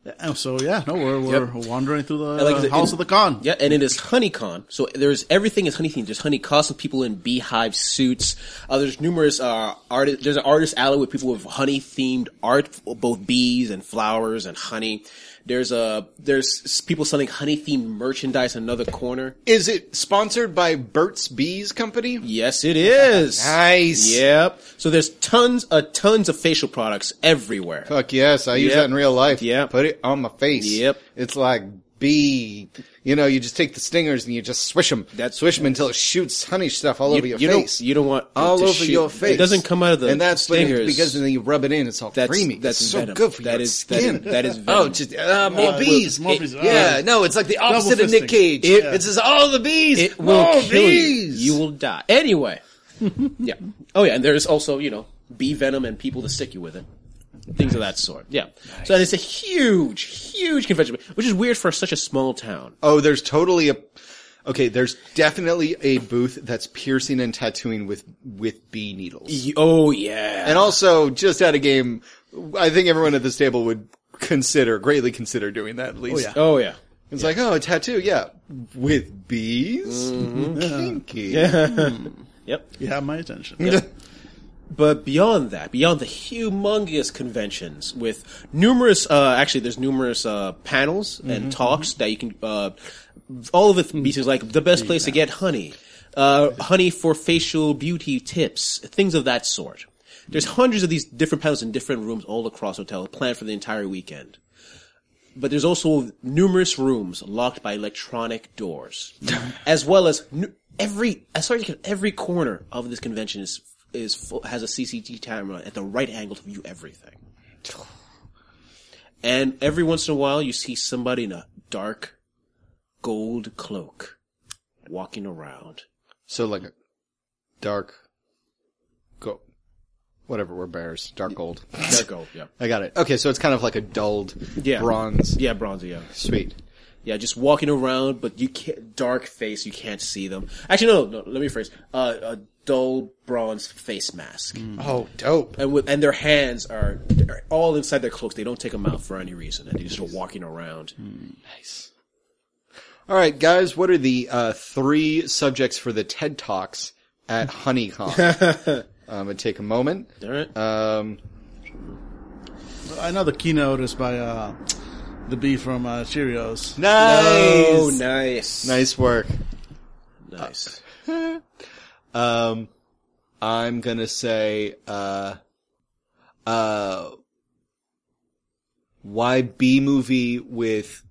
Speaker 5: Yeah, so yeah, no, we're we're wandering through the
Speaker 1: like the-
Speaker 5: house
Speaker 1: in-
Speaker 5: of the con.
Speaker 1: Yeah, and it is honeycon. So there's everything is honey themed. There's honey costumes, people in beehive suits. Uh, there's numerous uh, artists. There's an artist alley with people with honey themed art, both bees and flowers and honey. There's uh, there's s- people selling honey themed merchandise in another corner.
Speaker 3: Is it sponsored by Burt's Bees Company?
Speaker 1: Yes, it is.
Speaker 3: Nice.
Speaker 1: Yep. So there's tons, uh, tons of facial products everywhere.
Speaker 3: Fuck yes, I use
Speaker 1: Yep.
Speaker 3: that in real life.
Speaker 1: Yep.
Speaker 3: Put it on my face.
Speaker 1: Yep.
Speaker 3: It's like bee. You know, you just take the stingers and you just swish them.
Speaker 1: That's-
Speaker 3: swish them until it shoots honey stuff all over your
Speaker 1: you
Speaker 3: face.
Speaker 1: Don't, you don't want it
Speaker 3: all
Speaker 1: to
Speaker 3: over
Speaker 1: shoot-
Speaker 3: your face.
Speaker 1: It doesn't come out of the
Speaker 3: and that's when it-
Speaker 1: stingers.
Speaker 3: because then you rub it in. It's all
Speaker 1: That's-
Speaker 3: creamy.
Speaker 1: that's
Speaker 3: it's so
Speaker 1: venom.
Speaker 3: good for
Speaker 1: That
Speaker 3: your
Speaker 1: is- that is-
Speaker 3: skin.
Speaker 1: that is
Speaker 3: oh,
Speaker 1: venom.
Speaker 3: just uh, more bees.
Speaker 5: more
Speaker 3: It-
Speaker 5: bees.
Speaker 3: yeah,
Speaker 5: Ah.
Speaker 3: no, it's like the opposite of Nick
Speaker 5: fisting.
Speaker 3: Cage.
Speaker 1: It-
Speaker 3: it's just all the bees.
Speaker 1: It will
Speaker 3: more
Speaker 1: kill
Speaker 3: bees.
Speaker 1: you. You will die. Anyway. yeah. Oh yeah, and there's also, you know, bee venom and people to stick you with it. Things of that sort. Yeah. So it's a huge, huge convention, which is weird for such a small town.
Speaker 3: Oh, there's totally a. Okay, there's definitely a booth that's piercing and tattooing with with bee needles.
Speaker 1: Y- Oh yeah.
Speaker 3: And also, just at a game, I think everyone at this table would consider, greatly consider doing that at least.
Speaker 5: yeah.
Speaker 1: oh yeah.
Speaker 3: It's like, oh, a tattoo, yeah. With bees? Kinky.
Speaker 1: Yep.
Speaker 5: You have my attention.
Speaker 1: But beyond that, beyond the humongous conventions with numerous, uh, actually, there's numerous uh, panels and talks that you can, uh, all of it pieces like the best place to get honey, uh, honey for facial beauty tips, things of that sort. There's hundreds of these different panels in different rooms all across hotel, planned for the entire weekend. But there's also numerous rooms locked by electronic doors, as well as nu- every as far as you can, every corner of this convention is is full, has a CCTV camera at the right angle to view everything. And every once in a while, you see somebody in a dark gold cloak walking around.
Speaker 3: So, like a dark. Go. Whatever, we're bears. Dark gold.
Speaker 1: Dark gold, yeah,
Speaker 3: I got it. Okay, so it's kind of like a dulled
Speaker 1: yeah,
Speaker 3: bronze.
Speaker 1: yeah, bronze, yeah.
Speaker 3: Sweet.
Speaker 1: Yeah, just walking around, but you can't, dark face, you can't see them. Actually, no, no, let me phrase, uh, a dull bronze face mask.
Speaker 3: Oh, dope.
Speaker 1: And with, and their hands are, are all inside their cloaks. They don't take them out for any reason. And they're just walking around.
Speaker 3: All right, guys, what are the uh, three subjects for the TED Talks at HoneyCon? I'm going to take a moment.
Speaker 1: All right.
Speaker 3: Um,
Speaker 5: I know the keynote is by uh, the bee from uh, Cheerios.
Speaker 3: nice!
Speaker 1: oh, nice.
Speaker 3: Nice work.
Speaker 1: Nice.
Speaker 3: Um, I'm gonna say, uh, uh, why B movie with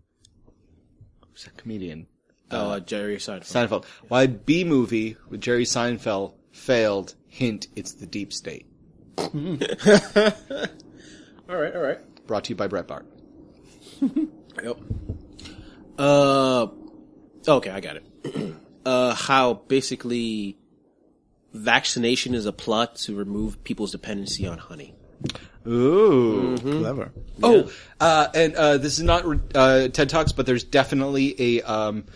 Speaker 3: who's that comedian
Speaker 1: Oh, uh, Jerry Seinfeld.
Speaker 3: Seinfeld? Why B movie with Jerry Seinfeld failed? Hint: It's the deep state.
Speaker 1: all right, all right.
Speaker 3: Brought to you by Brett Bart.
Speaker 1: Yep. Uh, okay, I got it. uh, how basically vaccination is a plot to remove people's dependency on honey.
Speaker 3: Ooh.
Speaker 5: Clever.
Speaker 3: Oh, uh, and uh, this is not uh, TED Talks, but there's definitely a um,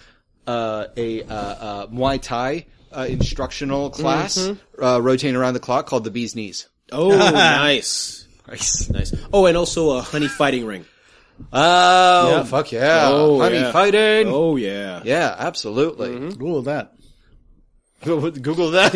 Speaker 3: uh, a uh, uh, Muay Thai uh, instructional class uh, rotating around the clock called the Bee's Knees.
Speaker 1: Oh, nice.
Speaker 3: Nice.
Speaker 1: Nice. Oh, and also a honey fighting ring.
Speaker 3: Oh, fuck yeah. Mm-hmm.
Speaker 1: Oh,
Speaker 3: Honey
Speaker 1: yeah.
Speaker 3: fighting.
Speaker 1: Oh, yeah.
Speaker 3: Yeah, absolutely.
Speaker 5: Cool that.
Speaker 3: Google that.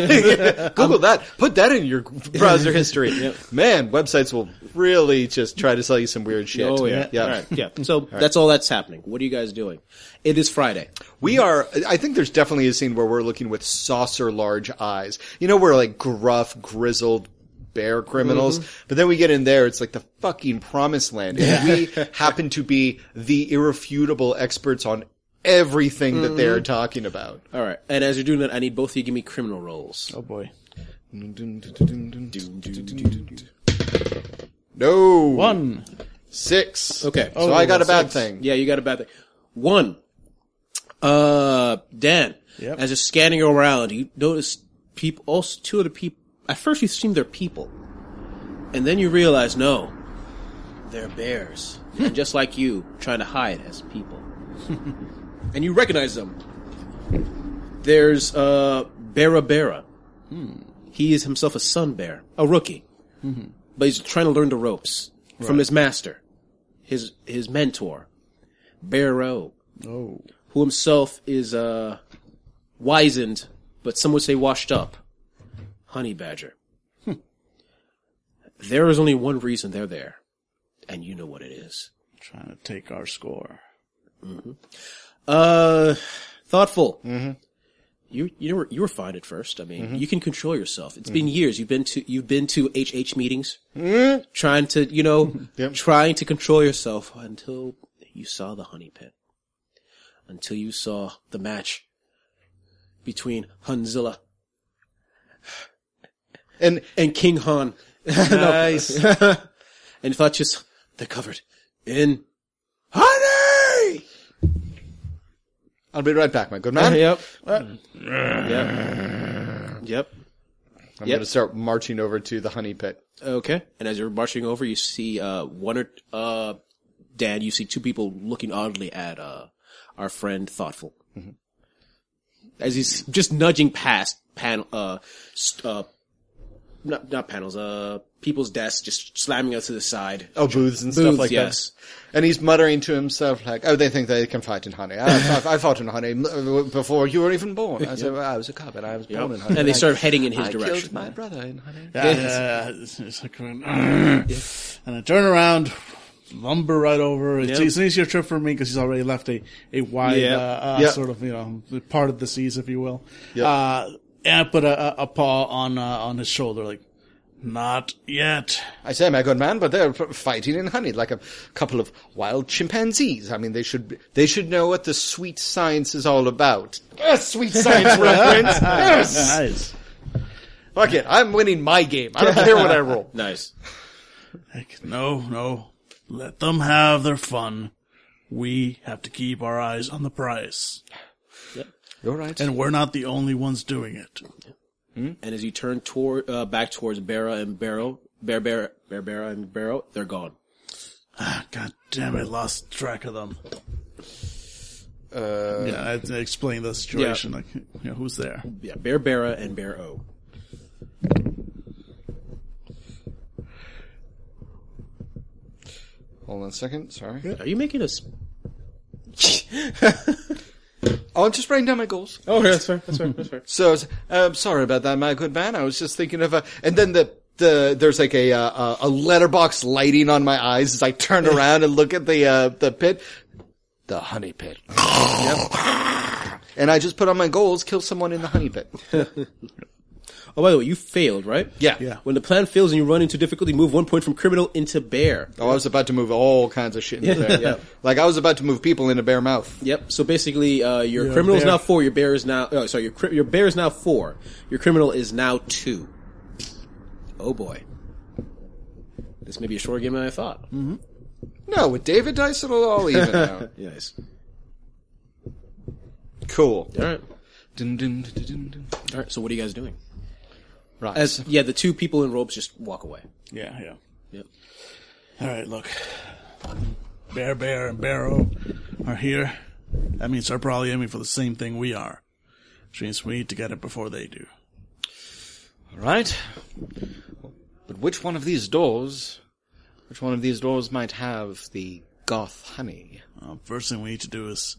Speaker 3: Google that. Put that in your browser history. Man, websites will really just try to sell you some weird shit.
Speaker 1: Oh, yeah.
Speaker 3: Yeah.
Speaker 1: All right. Yeah. So that's all that's happening. What are you guys doing? It is Friday.
Speaker 3: We are. I think there's definitely a scene where we're looking with saucer large eyes. You know, we're like gruff, grizzled bear criminals, but then we get in there. It's like the fucking promised land, and we happen to be the irrefutable experts on everything that they're talking about.
Speaker 1: All right. And as you're doing that, I need both of you to give me criminal rolls.
Speaker 4: Oh boy.
Speaker 3: No.
Speaker 4: One.
Speaker 3: Six.
Speaker 1: Okay.
Speaker 3: So I got a bad thing.
Speaker 1: Yeah, you got a bad thing. One, uh, Dan,
Speaker 4: Yep.
Speaker 1: as you're scanning around, you notice people, also two other people, at first you assume they're people. And then you realize, no, they're bears. and just like you, trying to hide as people. and you recognize them. There's, uh, Bera Bera. He is himself a sun bear, a rookie. But he's trying to learn the ropes from his master, his, his mentor, Barrow,
Speaker 4: Oh.
Speaker 1: who himself is uh wizened, but some would say washed up. Honey badger. there is only one reason they're there, and you know what it is.
Speaker 5: Trying to take our score.
Speaker 1: Uh, thoughtful. Mm-hmm. You you were you were fine at first. I mean, you can control yourself. It's been years. You've been to you've been to HH meetings, trying to you know trying to control yourself until you saw the honey pit, until you saw the match between Hunzilla
Speaker 3: And
Speaker 1: and King Han. nice. and thought just they're covered in honey.
Speaker 3: I'll be right back, my good man.
Speaker 1: Yep. Yep. Yep.
Speaker 3: I'm
Speaker 1: Yep.
Speaker 3: going to start marching over to the honey pit.
Speaker 1: Okay. And as you're marching over, you see uh one or uh Dan, you see two people looking oddly at uh our friend Thoughtful. As he's just nudging past panel uh st- uh not not panels, uh people's desks, just slamming us to the side.
Speaker 3: Oh, booths and
Speaker 1: Booths,
Speaker 3: stuff like
Speaker 1: yes.
Speaker 3: that. And he's muttering to himself like, "Oh, they think they can fight in honey. Ah, I, I, I fought in honey m- uh, before you were even born. I, said, I was a cop and I was born in honey.
Speaker 1: And they
Speaker 3: I-
Speaker 1: start heading in his
Speaker 3: I
Speaker 1: direction.
Speaker 3: killed my brother in honey.
Speaker 5: Yeah, it's, it's like going, and I turn around, lumber right over. It's, it's an easier trip for me because he's already left a a wide
Speaker 1: Yeah.
Speaker 5: uh, uh,
Speaker 3: Yeah.
Speaker 5: sort of you know part of the seas, if you will. Uh, and I put a, a, a paw on uh, on his shoulder, like not yet.
Speaker 3: I say, my good man, but they're f- fighting in honey like a couple of wild chimpanzees. I mean, they should be- they should know what the sweet science is all about. Yes, sweet science reference. Yes.
Speaker 5: Nice.
Speaker 3: Fuck it, I'm winning my game. I don't care what I roll.
Speaker 1: Nice.
Speaker 5: Like, no, no, let them have their fun. We have to keep our eyes on the prize,
Speaker 3: You're right.
Speaker 5: and we're not the only ones doing it.
Speaker 1: And as you turn toward uh, back towards Bera and Barrow, Bear Bear Bear Bera and Barrow, they're gone.
Speaker 5: Ah, God damn it, lost track of them.
Speaker 3: Uh,
Speaker 5: Yeah, I had to explain the situation. Like, you know, who's there?
Speaker 1: Yeah, Bear Bera and Bear O.
Speaker 3: hold on a second. Sorry.
Speaker 1: Are you making us?
Speaker 3: Oh, I'm just writing down my goals.
Speaker 1: Oh, okay, that's fair. That's fair. That's fair.
Speaker 3: So, um, sorry about that, my good man. I was just thinking of a, and then the, the, there's like a, uh, a letterbox lighting on my eyes as I turn around and look at the, uh, the pit. The honey pit. And I just put on my goals, kill someone in the honey pit.
Speaker 1: Oh, by the way, you failed, right?
Speaker 3: Yeah.
Speaker 5: Yeah.
Speaker 1: When the plan fails and you run into difficulty, move one point from criminal into bear.
Speaker 3: Oh, I was about to move all kinds of shit into there.
Speaker 1: yeah.
Speaker 3: Like I was about to move people in a bear mouth.
Speaker 1: Yep. So basically, uh, your criminal is
Speaker 5: bear.
Speaker 1: now four. Your bear is now. Oh, sorry. Your cri- your bear is now four. Your criminal is now two. Oh boy. This may be a shorter game than I thought.
Speaker 5: Hmm.
Speaker 3: No, with David Dice, it'll all even out.
Speaker 1: Yes.
Speaker 3: Cool.
Speaker 1: All right.
Speaker 3: Dun, dun, dun, dun, dun.
Speaker 1: All right. So what are you guys doing?
Speaker 3: Right.
Speaker 1: As yeah, the two people in robes just walk away.
Speaker 5: Yeah, yeah.
Speaker 1: Yep.
Speaker 5: All right, look. Bear, Bear, and Barrow are here. That means they're probably aiming for the same thing we are. Which means we need to get it before they do.
Speaker 3: Right. But which one of these doors, which one of these doors might have the goth honey?
Speaker 5: Uh, first thing we need to do is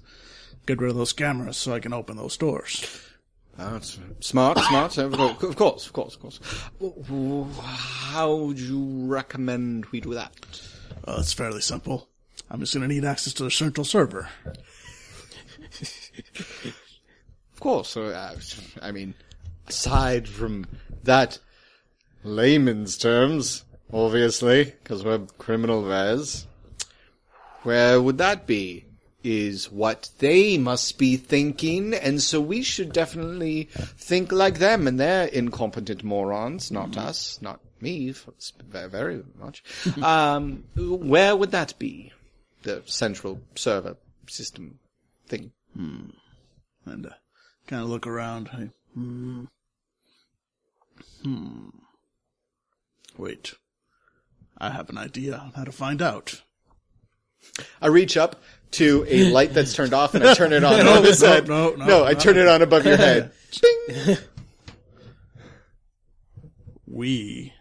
Speaker 5: get rid of those cameras so I can open those doors.
Speaker 3: That's smart, smart. Of course, of course, of course. of course. W- w- How would you recommend we do that?
Speaker 5: Uh, it's fairly simple. I'm just going to need access to the central server.
Speaker 3: Of course. uh, I mean, aside from that layman's terms, obviously, because we're criminal bears, where would that be? is what they must be thinking, and so we should definitely think like them, and they're incompetent morons, not us, not me, f- s- ve- very much. um, where would that be? The central server system thing.
Speaker 5: and uh, kind of look around. I, hmm. Hmm. Wait. I have an idea on how to find out.
Speaker 3: I reach up to a light that's turned off, and I turn it on
Speaker 5: No,
Speaker 3: above
Speaker 5: no,
Speaker 3: his head.
Speaker 5: no, no,
Speaker 3: I
Speaker 5: no.
Speaker 3: turn it on above your head. Bing!
Speaker 5: We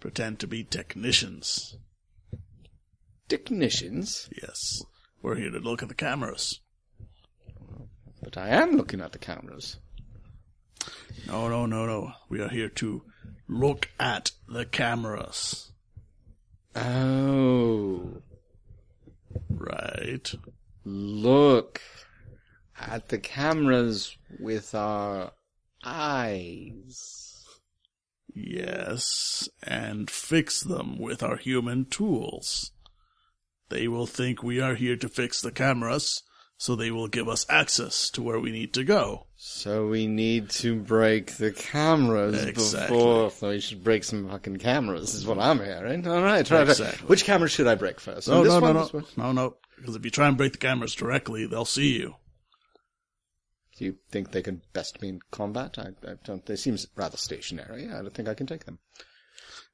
Speaker 5: pretend to be technicians.
Speaker 3: Technicians,
Speaker 5: Yes. We're here to look at the cameras.
Speaker 3: but I am looking at the cameras.
Speaker 5: No, no, no, no. We are here to look at the cameras.
Speaker 3: Oh,
Speaker 5: Right.
Speaker 3: look at the cameras with our eyes.
Speaker 5: Yes. And fix them with our human tools. They will think we are here to fix the cameras, so they will give us access to where we need to go.
Speaker 3: So we need to break the cameras
Speaker 5: Exactly.
Speaker 3: before. So we should break some fucking cameras, is what I'm hearing. All right, try to-
Speaker 5: Exactly.
Speaker 3: Which camera should I break first?
Speaker 5: No,
Speaker 3: This
Speaker 5: Oh, no, no,
Speaker 3: one,
Speaker 5: no,
Speaker 3: this one?
Speaker 5: no, no. Because if you try and break the cameras directly, they'll see you.
Speaker 3: Do you think they can best me in combat? I, I don't. They seem rather stationary. I don't think I can take them.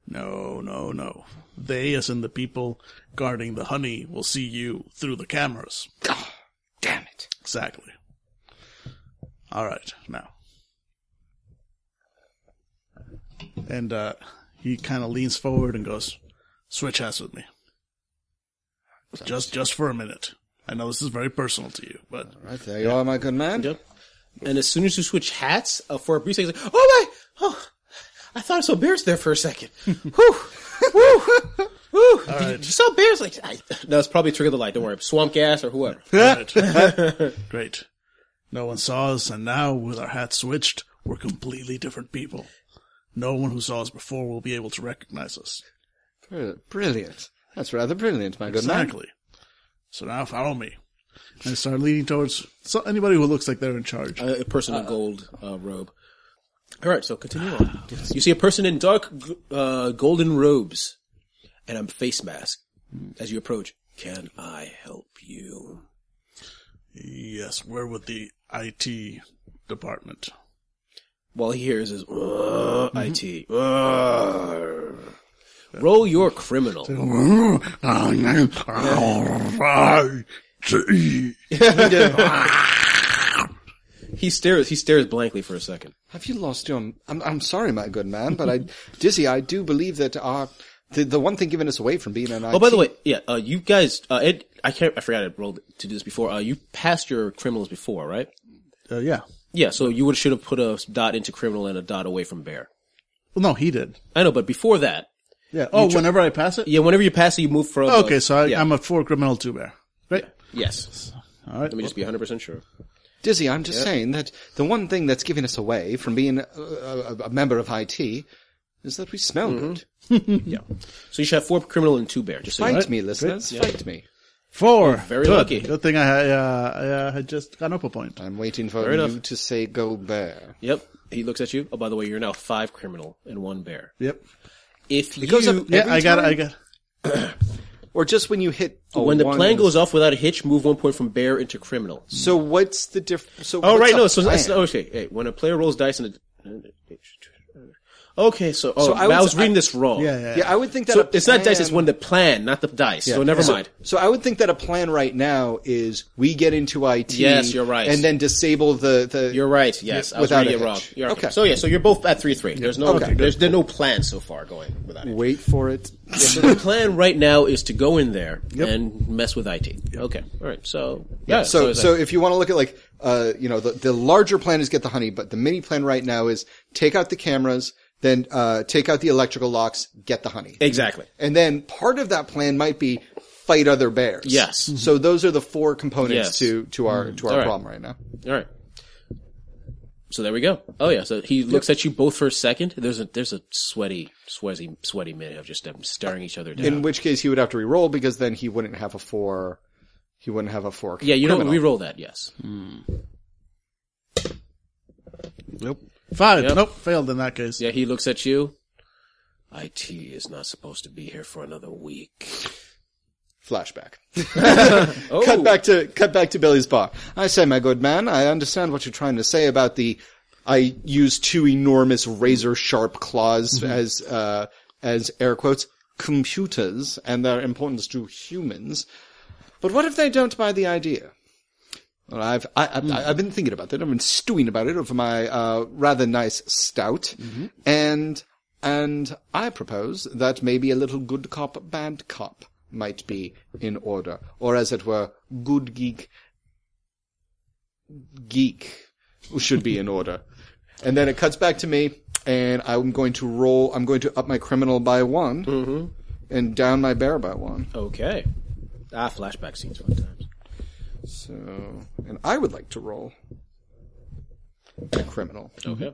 Speaker 5: No, no, no. They, as in the people guarding the honey, will see you through the cameras.
Speaker 3: Damn it!
Speaker 5: Exactly. All right, now. And uh, he kind of leans forward and goes, "Switch hats with me, just just for a minute. I know this is very personal to you, but
Speaker 3: All right, there you are, my good man.
Speaker 1: Yep. And as soon as you switch hats, uh, for a brief second, it's like, oh my, oh, I thought I saw bears there for a second. Whew, whew, whew. Did you- you saw bears? Like, I, no, it's probably trigger the light. Don't worry, swamp gas or whoever.
Speaker 5: Right. Great. No one saw us, and now, with our hats switched, we're completely different people. No one who saw us before will be able to recognize us.
Speaker 3: Br- Brilliant. That's rather brilliant, my good man.
Speaker 5: Exactly. So now follow me. And I start leaning towards so anybody who looks like they're in charge.
Speaker 1: a a person in gold uh, robe. All right, so continue on. You see a person in dark g- uh, golden robes and a face mask as you approach. Can I help you?
Speaker 5: yes, we're with the IT department.
Speaker 1: While he hears is "Uh, IT. Uh." Roll your criminal.
Speaker 5: Uh,
Speaker 1: He stares. He stares blankly for a second.
Speaker 3: Have you lost your? I'm, I'm sorry, my good man, but I, Dizzy, I do believe that our the, the one thing giving us away from being an
Speaker 1: Oh, by the way, yeah, uh, you guys, uh, Ed, I can't, I forgot I rolled to do this before. Uh, you passed your criminals before, right?
Speaker 5: Uh, yeah.
Speaker 1: Yeah, so you would should have put a dot into criminal and a dot away from bear.
Speaker 5: Well, no, he did.
Speaker 1: I know, but before that,
Speaker 5: Yeah. Oh, whenever I pass it?
Speaker 1: yeah, whenever you pass it, you move from. uh,
Speaker 5: Okay, so I,
Speaker 1: yeah.
Speaker 5: I'm a four criminal two bear. Right?
Speaker 1: Yes.
Speaker 5: All right.
Speaker 1: Let me just be 100 percent sure.
Speaker 3: Dizzy, I'm just saying that the one thing that's giving us away from being a, a, a member of IT is that we smell
Speaker 5: Mm-hmm.
Speaker 3: good.
Speaker 1: So you should have four criminal and two bear. Just so you
Speaker 3: Fight
Speaker 1: know.
Speaker 3: me, listeners. Fight me.
Speaker 5: Four.
Speaker 1: Very
Speaker 5: Good.
Speaker 1: lucky.
Speaker 5: Good thing I, uh, I uh, had just gotten up a point.
Speaker 3: I'm waiting for you
Speaker 1: enough.
Speaker 3: to say go bear.
Speaker 1: Yep. He looks at you. Oh, by the way, you're now five criminal and one bear.
Speaker 5: Yep.
Speaker 1: If you,
Speaker 3: goes up-
Speaker 5: Yeah,
Speaker 3: Every
Speaker 5: I got it.
Speaker 3: time-
Speaker 5: I got.
Speaker 3: Or just when you hit a
Speaker 1: when the
Speaker 3: one-
Speaker 1: plan goes off without a hitch, move one point from bear into criminal.
Speaker 3: So what's the difference? So
Speaker 1: Oh,
Speaker 3: what's
Speaker 1: right.
Speaker 3: a
Speaker 1: No. So that's
Speaker 3: plan?
Speaker 1: okay. Hey, when a player rolls dice and a, okay, so oh,
Speaker 3: So I
Speaker 1: I,
Speaker 3: would-
Speaker 1: was reading this wrong.
Speaker 5: Yeah, yeah.
Speaker 3: yeah, I would think that
Speaker 1: So
Speaker 3: a
Speaker 1: it's not dice; it's
Speaker 3: plan-
Speaker 1: when the plan, not the dice. So never
Speaker 3: So-
Speaker 1: mind.
Speaker 3: So I would think that a plan right now is we get into IT.
Speaker 1: Yes, you're right.
Speaker 3: And then disable the the.
Speaker 1: You're right. Yes, I was
Speaker 3: Without
Speaker 1: reading
Speaker 3: a
Speaker 1: it wrong.
Speaker 3: hitch.
Speaker 1: You're okay.
Speaker 3: Okay.
Speaker 1: So yeah, so you're both at three three. There's no
Speaker 3: Okay, good.
Speaker 1: there's there's no plan so far going without it.
Speaker 3: Wait for it.
Speaker 1: So the plan right now is to go in there and mess with IT. Okay. All right. So yeah.
Speaker 3: So
Speaker 1: it's
Speaker 3: so
Speaker 1: like-
Speaker 3: if you want to look at like uh you know the the larger plan is get the honey, but the mini plan right now is take out the cameras, then uh take out the electrical locks, get the honey,
Speaker 1: exactly.
Speaker 3: and then part of that plan might be fight other bears.
Speaker 1: Yes.
Speaker 3: So those are the four
Speaker 1: Yes.
Speaker 3: components
Speaker 1: Mm-hmm.
Speaker 3: to to our to our
Speaker 1: All right.
Speaker 3: problem right now.
Speaker 1: All right. So there we go. Oh yeah. So he looks at you both for a second. There's a there's a sweaty sweaty sweaty minute of just them staring each other down.
Speaker 3: In which case he would have to re-roll because then he wouldn't have a four. He wouldn't have a fork.
Speaker 1: Yeah, you don't
Speaker 3: Criminal.
Speaker 1: re-roll that. Yes.
Speaker 5: Nope. Five.
Speaker 1: Yep.
Speaker 5: Nope. Failed in that case.
Speaker 1: Yeah, he looks at you. It is not supposed to be here for another week.
Speaker 3: Flashback.
Speaker 1: Oh,
Speaker 3: Cut back to cut back to Billy's bar. I say, my good man, I understand what you're trying to say about the. I use two enormous razor sharp claws as uh, as air quotes computers and their importance to humans. But what if they don't buy the idea? Well, I've I, I, I've been thinking about that. I've been stewing about it over my uh, rather nice stout, and and I propose that maybe a little good cop bad cop might be in order, or as it were, good geek geek should be in order. And then it cuts back to me, and I'm going to roll. I'm going to up my criminal by one, and down my bear by one.
Speaker 1: Okay. Ah, flashback scenes fun times.
Speaker 3: So, and I would like to roll a criminal.
Speaker 1: Okay.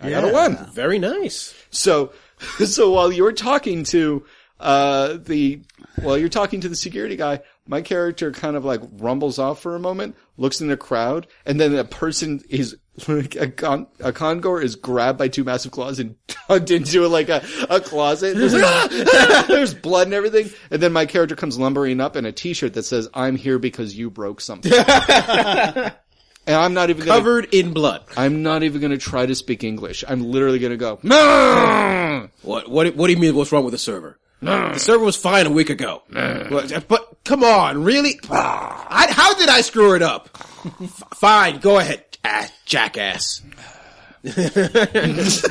Speaker 3: I got a one.
Speaker 1: Very nice.
Speaker 3: So, so while you're talking to uh, the while you're talking to the security guy, my character kind of like rumbles off for a moment, looks in the crowd, and then a person is like a con a congor is grabbed by two massive claws and tugged into like a, a closet. There's, like, "Ah! Ah!" There's blood and everything, and then my character comes lumbering up in a t-shirt that says "I'm here because you broke something." And I'm not even gonna,
Speaker 1: Covered in blood.
Speaker 3: I'm not even going to try to speak English. I'm literally going to go. "Nah!"
Speaker 1: What? What? What do you mean? What's wrong with the server? The server was fine a week ago. But, but come on, really? Ah, I, how did I screw it up? F- fine, go ahead, ah, jackass. this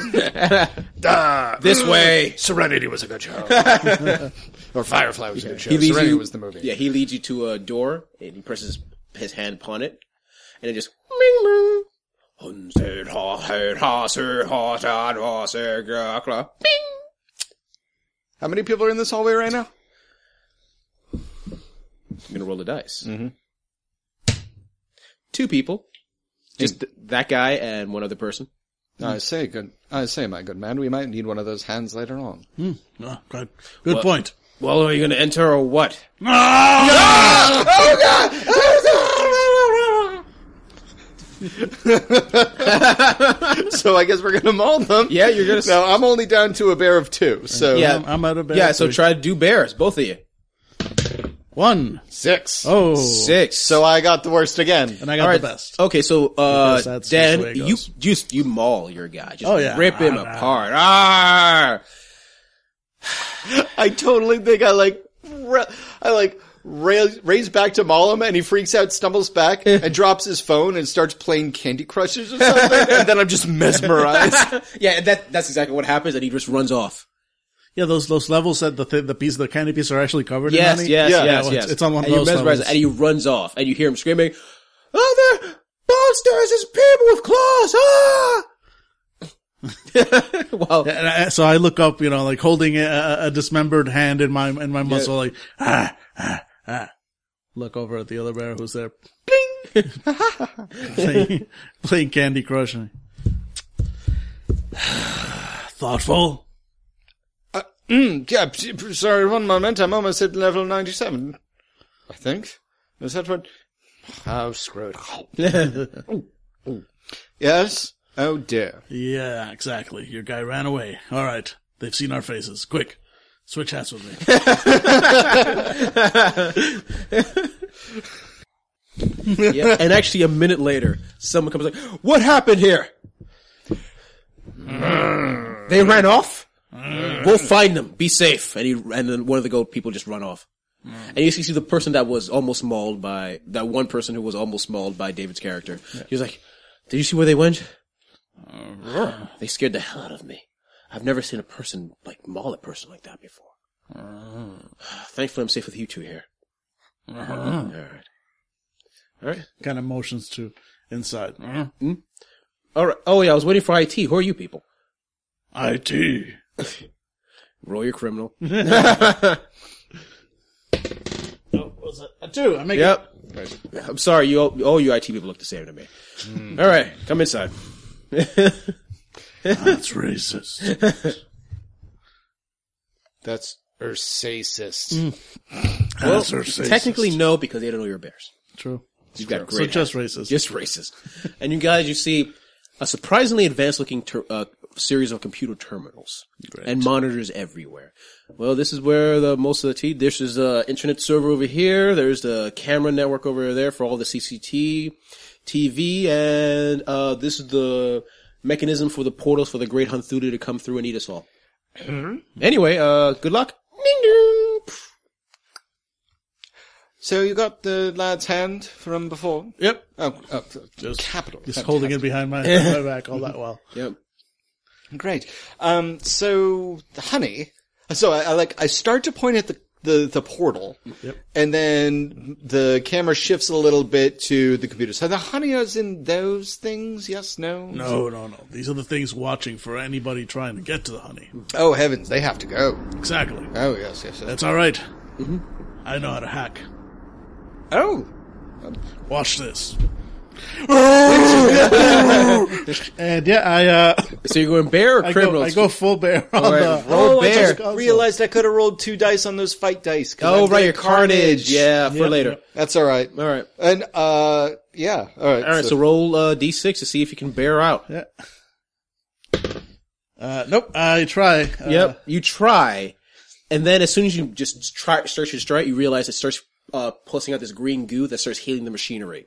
Speaker 1: way.
Speaker 6: Serenity was a good show.
Speaker 3: Or Firefly was a good show.
Speaker 1: He leads
Speaker 3: Serenity
Speaker 1: you-
Speaker 3: was the movie.
Speaker 1: Yeah, he leads you to a door and he presses his hand upon it, and it just ming ming. Huns, head, ha, head, ha, sir, ha, ta, da, sir, gra, cla.
Speaker 3: How many people are in this hallway right now?
Speaker 1: I'm gonna roll the dice. Mm-hmm. Two people, just th- that guy and one other person.
Speaker 3: I say, good. I say, my good man, we might need one of those hands later on.
Speaker 5: Ah, good good point.
Speaker 1: Well, are you gonna enter or what?
Speaker 5: Ah!
Speaker 3: so I guess we're gonna maul them.
Speaker 1: Yeah, you're gonna.
Speaker 3: No, I'm only down to a bear of two. So
Speaker 1: yeah,
Speaker 5: I'm, I'm out of bed.
Speaker 1: yeah. So try to do bears, both of you.
Speaker 5: one.
Speaker 3: six.
Speaker 5: Oh,
Speaker 1: Six.
Speaker 3: So I got the worst again.
Speaker 5: and I got
Speaker 1: All right.
Speaker 5: the best.
Speaker 1: Okay, so
Speaker 5: Because
Speaker 1: uh,
Speaker 5: that's just the way
Speaker 1: Dan,
Speaker 5: it
Speaker 1: you
Speaker 5: goes.
Speaker 1: just you maul your guy. Just
Speaker 5: Oh, yeah.
Speaker 1: rip him
Speaker 5: Ah, ah.
Speaker 1: apart. Ah.
Speaker 3: I totally think I like, ra- I like ra- raise back to maul him, and he freaks out, stumbles back, and drops his phone and starts playing Candy Crushes or something. and then I'm just mesmerized.
Speaker 1: Yeah, that that's exactly what happens, and he just runs off.
Speaker 5: Yeah, those those levels that the th- the piece the candy piece are actually covered in
Speaker 1: Yes,
Speaker 5: honey.
Speaker 1: yes,
Speaker 3: Yeah.
Speaker 1: yes,
Speaker 5: Yeah,
Speaker 1: yes.
Speaker 5: it's- it's on one of
Speaker 1: and you
Speaker 5: those
Speaker 1: mesmerize
Speaker 5: levels.
Speaker 1: it, and he runs off, and you hear him screaming, "Oh, they're monsters! It's people with claws!" Ah! well,
Speaker 5: And I, so I look up, you know, like holding a- a, a dismembered hand in my in my muscle, like ah ah ah. Look over at the other bear who's there, bling, playing, playing Candy Crush. and- Thoughtful.
Speaker 3: Yeah, p- p- sorry, one moment. I'm almost at level 97. I think. Is that what? Oh, screwed. yes? Oh, dear.
Speaker 5: Yeah, exactly. Your guy ran away. All right, they've seen our faces. Quick, switch hats with me.
Speaker 1: yeah. and actually, a minute later, someone comes like, "What happened here?" they ran off. we'll find them. Be safe. And he, and then one of the goat people just run off. And you see see the person that was almost mauled by that one person who was almost mauled by David's character. He was like, "Did you see where they went?" they scared the hell out of me. I've never seen a person like maul a person like that before. Thankfully, I'm safe with you two here. All right. All right.
Speaker 5: kind of motions to inside.
Speaker 1: All right. Oh yeah, I was waiting for IT. Who are you people?
Speaker 5: It.
Speaker 1: Roll your criminal.
Speaker 5: Oh, what was it? A two. I make it.
Speaker 1: yep. I'm sorry. You all, all you IT people look the same to me. All right, come inside.
Speaker 5: That's racist.
Speaker 3: Mm. That's Ursacist.
Speaker 1: Well,
Speaker 5: Answer racist.
Speaker 1: technically no, because they don't know you're bears.
Speaker 5: True.
Speaker 1: You've got
Speaker 5: So
Speaker 1: great
Speaker 5: just racist.
Speaker 1: just racist. and you guys, you see a surprisingly advanced looking ter- uh, series of computer terminals and monitors everywhere. Well, this is where the most of the T. This is the internet server over here. There's the camera network over there for all the CCT, TV, and uh, this is the mechanism for the portals for the Great Hunthuda to come through and eat us all.
Speaker 5: Mm-hmm.
Speaker 1: Anyway, uh, good luck. Ding ding.
Speaker 3: So you got the lad's hand from before?
Speaker 1: Yep.
Speaker 3: Oh, oh capital.
Speaker 5: Just holding it behind my, my back all that while.
Speaker 1: Yep.
Speaker 3: Great. Um, so the honey. So I, I like I start to point at the the, the portal, and then the camera shifts a little bit to the computer. So the honey is in those things. Yes, no,
Speaker 5: No, no, no. These are the things watching for anybody trying to get to the honey.
Speaker 3: Oh heavens, they have to go.
Speaker 5: Exactly.
Speaker 3: Oh yes, yes. yes.
Speaker 5: That's all right. I know how to hack.
Speaker 3: Oh,
Speaker 5: Watch this. and yeah, I uh,
Speaker 1: So you're going bear or
Speaker 5: I go,
Speaker 1: criminals?
Speaker 5: I go full bear on
Speaker 3: Alright,
Speaker 5: the
Speaker 3: roll
Speaker 5: Oh, I
Speaker 3: bear.
Speaker 5: just got-
Speaker 3: realized I could have rolled two dice on those fight dice. 'cause
Speaker 1: Oh
Speaker 3: I'm
Speaker 1: right,
Speaker 3: doing
Speaker 1: your carnage. Yeah, for
Speaker 5: Yep.
Speaker 1: later.
Speaker 3: that's all right.
Speaker 1: All right.
Speaker 3: And uh, yeah, all right.
Speaker 1: All right, so, roll uh, d6 to see if you can bear out.
Speaker 5: Yeah. Uh, nope. I try. Uh,
Speaker 1: Yep, you try, and then as soon as you just try search your strike, you realize it starts uh, pulsing out this green goo that starts healing the machinery.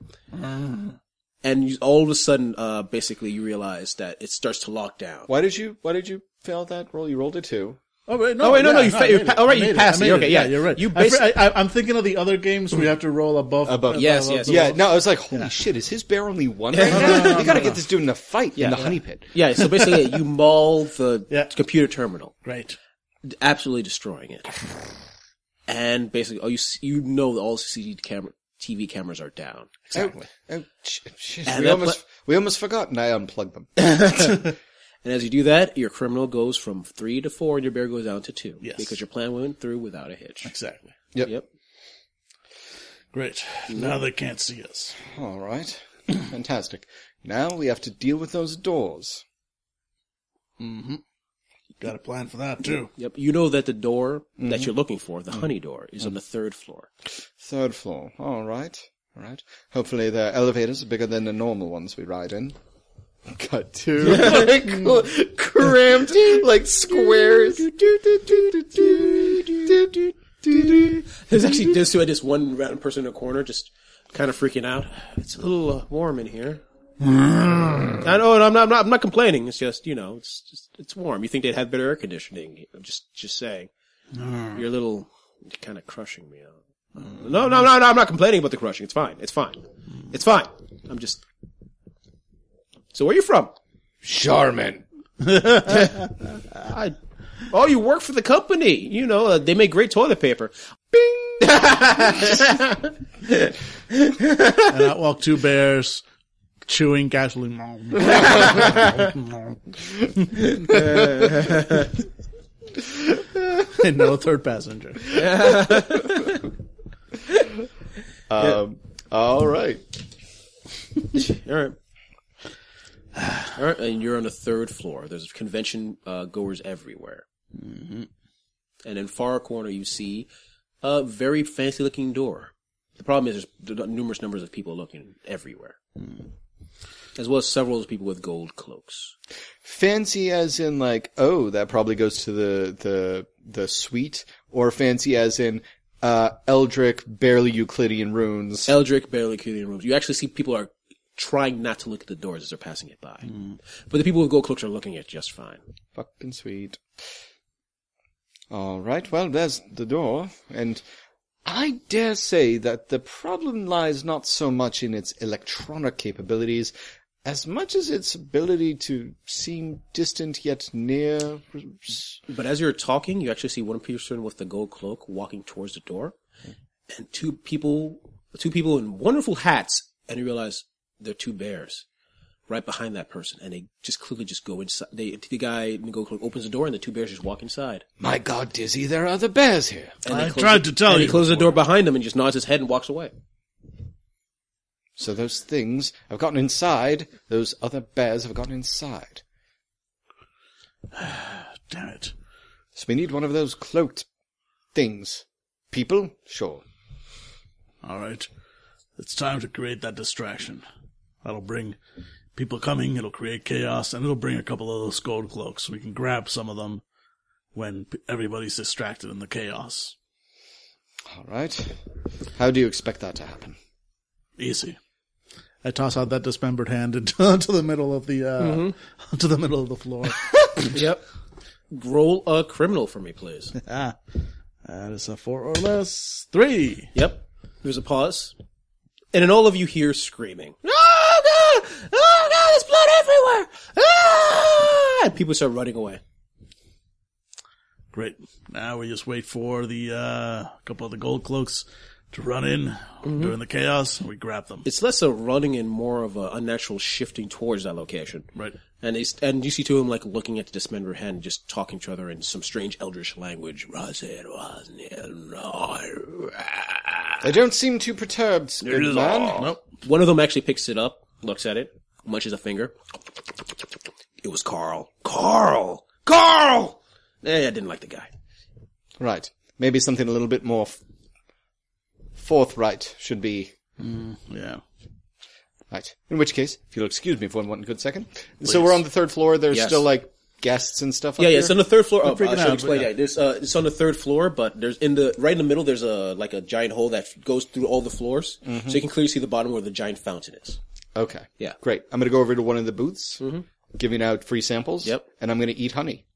Speaker 1: And you, all of a sudden, uh, basically, you realize that it starts to lock down.
Speaker 3: why did you why did you fail that roll? You rolled a two.
Speaker 5: Oh wait, no,
Speaker 1: Oh, wait, no,
Speaker 5: yeah,
Speaker 1: no, you fa-
Speaker 5: I
Speaker 1: you
Speaker 5: made
Speaker 1: pa-
Speaker 5: it.
Speaker 1: alright, you
Speaker 5: I made it,
Speaker 1: passed
Speaker 5: I
Speaker 1: it.
Speaker 5: made
Speaker 1: Okay, yeah.
Speaker 5: you're right.
Speaker 1: You
Speaker 5: I fr-
Speaker 1: basi-
Speaker 5: I, I, I'm thinking of the other games where you have to roll above.
Speaker 3: Above.
Speaker 1: Yes, yes.
Speaker 5: the
Speaker 3: Yeah,
Speaker 5: roll.
Speaker 3: no, I was like, holy shit, is his bear only one right now? They gotta get this dude in a fight in the honey pit.
Speaker 1: Yeah, so basically, you maul the
Speaker 5: Yeah.
Speaker 1: computer terminal,
Speaker 5: Great.
Speaker 1: absolutely destroying it. And basically, oh, you s- you know that all CCTV camera TV cameras are down.
Speaker 3: Exactly. Oh, oh, sh- shit.
Speaker 1: And
Speaker 3: We
Speaker 1: that
Speaker 3: almost, we almost forgot, and I unplugged them.
Speaker 1: And as you do that, your criminal goes from three to four, and your bear goes down to two.
Speaker 5: Yes.
Speaker 1: Because your plan went through without a hitch.
Speaker 5: Exactly.
Speaker 3: Yep.
Speaker 1: Yep.
Speaker 5: Great. Now they can't see us.
Speaker 3: All right. Fantastic. Now we have to deal with those doors.
Speaker 5: Got a plan for that too.
Speaker 1: Yep. You know that the door that you're looking for, the honey door, is on the third floor.
Speaker 3: Third floor. All right. All right. Hopefully the elevators are bigger than the normal ones we ride in. Cut two. Like, crammed like squares.
Speaker 1: There's actually just two, just one random person in a corner, just kind of freaking out. It's a little uh, warm in here. I know, and I'm not, I'm not, I'm not complaining. It's just, you know, it's just, it's warm. You think they'd have better air conditioning? I'm just, just saying. You're a little kind of crushing me out. No, no, no, no, I'm not complaining about the crushing. It's fine. It's fine. It's fine. I'm just. So where are you from?
Speaker 3: Charmin.
Speaker 1: I. Oh, you work for the company. You know, uh, they make great toilet paper.
Speaker 5: And out walk two bears chewing gasoline. and no third passenger.
Speaker 3: Um, all right.
Speaker 1: All right. All right, and you're on the third floor. There's convention uh, goers everywhere. Mm-hmm. And in far corner, you see a very fancy looking door. The problem is there's numerous numbers of people looking everywhere, as well as several people with gold cloaks.
Speaker 3: Fancy as in like, oh, that probably goes to the the the suite, or fancy as in uh Eldric barely Euclidean runes.
Speaker 1: Eldrick, barely Culian rooms. You actually see people are trying not to look at the doors as they're passing it by, but the people with gold cloaks are looking at it just fine.
Speaker 3: Fucking sweet. All right, well, there's the door, and I dare say that the problem lies not so much in its electronic capabilities as much as its ability to seem distant yet near.
Speaker 1: But as you're talking, you actually see one person with the gold cloak walking towards the door, and two people, two people in wonderful hats, and you realize they're two bears right behind that person, and they just quickly just go inside. They, the guy in the gold cloak opens the door, and the two bears just walk inside.
Speaker 3: My god, Dizzy, there are other bears here.
Speaker 1: And they
Speaker 5: I
Speaker 1: close
Speaker 5: tried
Speaker 1: the-
Speaker 5: to tell
Speaker 1: and He
Speaker 5: you
Speaker 1: closes the door behind him and just nods his head and walks away.
Speaker 3: So those things have gotten inside. Those other bears have gotten inside.
Speaker 5: Damn it.
Speaker 3: So we need one of those cloaked things. People? Sure.
Speaker 5: All right. It's time to create that distraction. That'll bring people coming, it'll create chaos, and it'll bring a couple of those gold cloaks. We can grab some of them when p- everybody's distracted in the chaos.
Speaker 3: All right. How do you expect that to happen?
Speaker 5: Easy. I toss out that dismembered hand into, into the middle of the uh, onto the middle of the floor.
Speaker 2: Yep.
Speaker 1: Roll a criminal for me, please.
Speaker 5: ah, that is a four or less. Three.
Speaker 1: Yep. There's a pause. And then all of you hear screaming. Oh, God! Oh, God! There's blood everywhere! Ah! And people start running away.
Speaker 5: Great. Now we just wait for the uh, couple of the gold cloaks to run in during the chaos. and We grab them.
Speaker 1: It's less a running and more of a unnatural shifting towards that location.
Speaker 5: Right.
Speaker 1: And they, and you see two of them like looking at the dismembered hand and just talking to each other in some strange eldritch language.
Speaker 3: They don't seem too perturbed, good man.
Speaker 5: Nope.
Speaker 1: One of them actually picks it up, looks at it, munches a finger. It was Carl. Carl! Carl! Eh, I didn't like the guy.
Speaker 3: Right. Maybe something a little bit more f- forthright should be
Speaker 5: Yeah.
Speaker 3: Right. In which case, if you'll excuse me for one good second. So we're on the third floor. There's
Speaker 1: Yes.
Speaker 3: still like guests and stuff.
Speaker 1: Yeah,
Speaker 3: up
Speaker 1: yeah,
Speaker 3: here?
Speaker 1: it's on the third floor. Oh, I should
Speaker 5: freaking out,
Speaker 1: explain
Speaker 5: but-
Speaker 1: that. There's, uh, it's on the third floor, but there's in the, right in the middle, there's a, like a giant hole that goes through all the floors.
Speaker 5: Mm-hmm.
Speaker 1: So you can clearly see the bottom where the giant fountain is.
Speaker 3: Okay.
Speaker 1: Yeah.
Speaker 3: Great. I'm gonna go over to one of the booths,
Speaker 1: Mm-hmm.
Speaker 3: giving out free samples.
Speaker 1: Yep.
Speaker 3: And I'm gonna eat honey.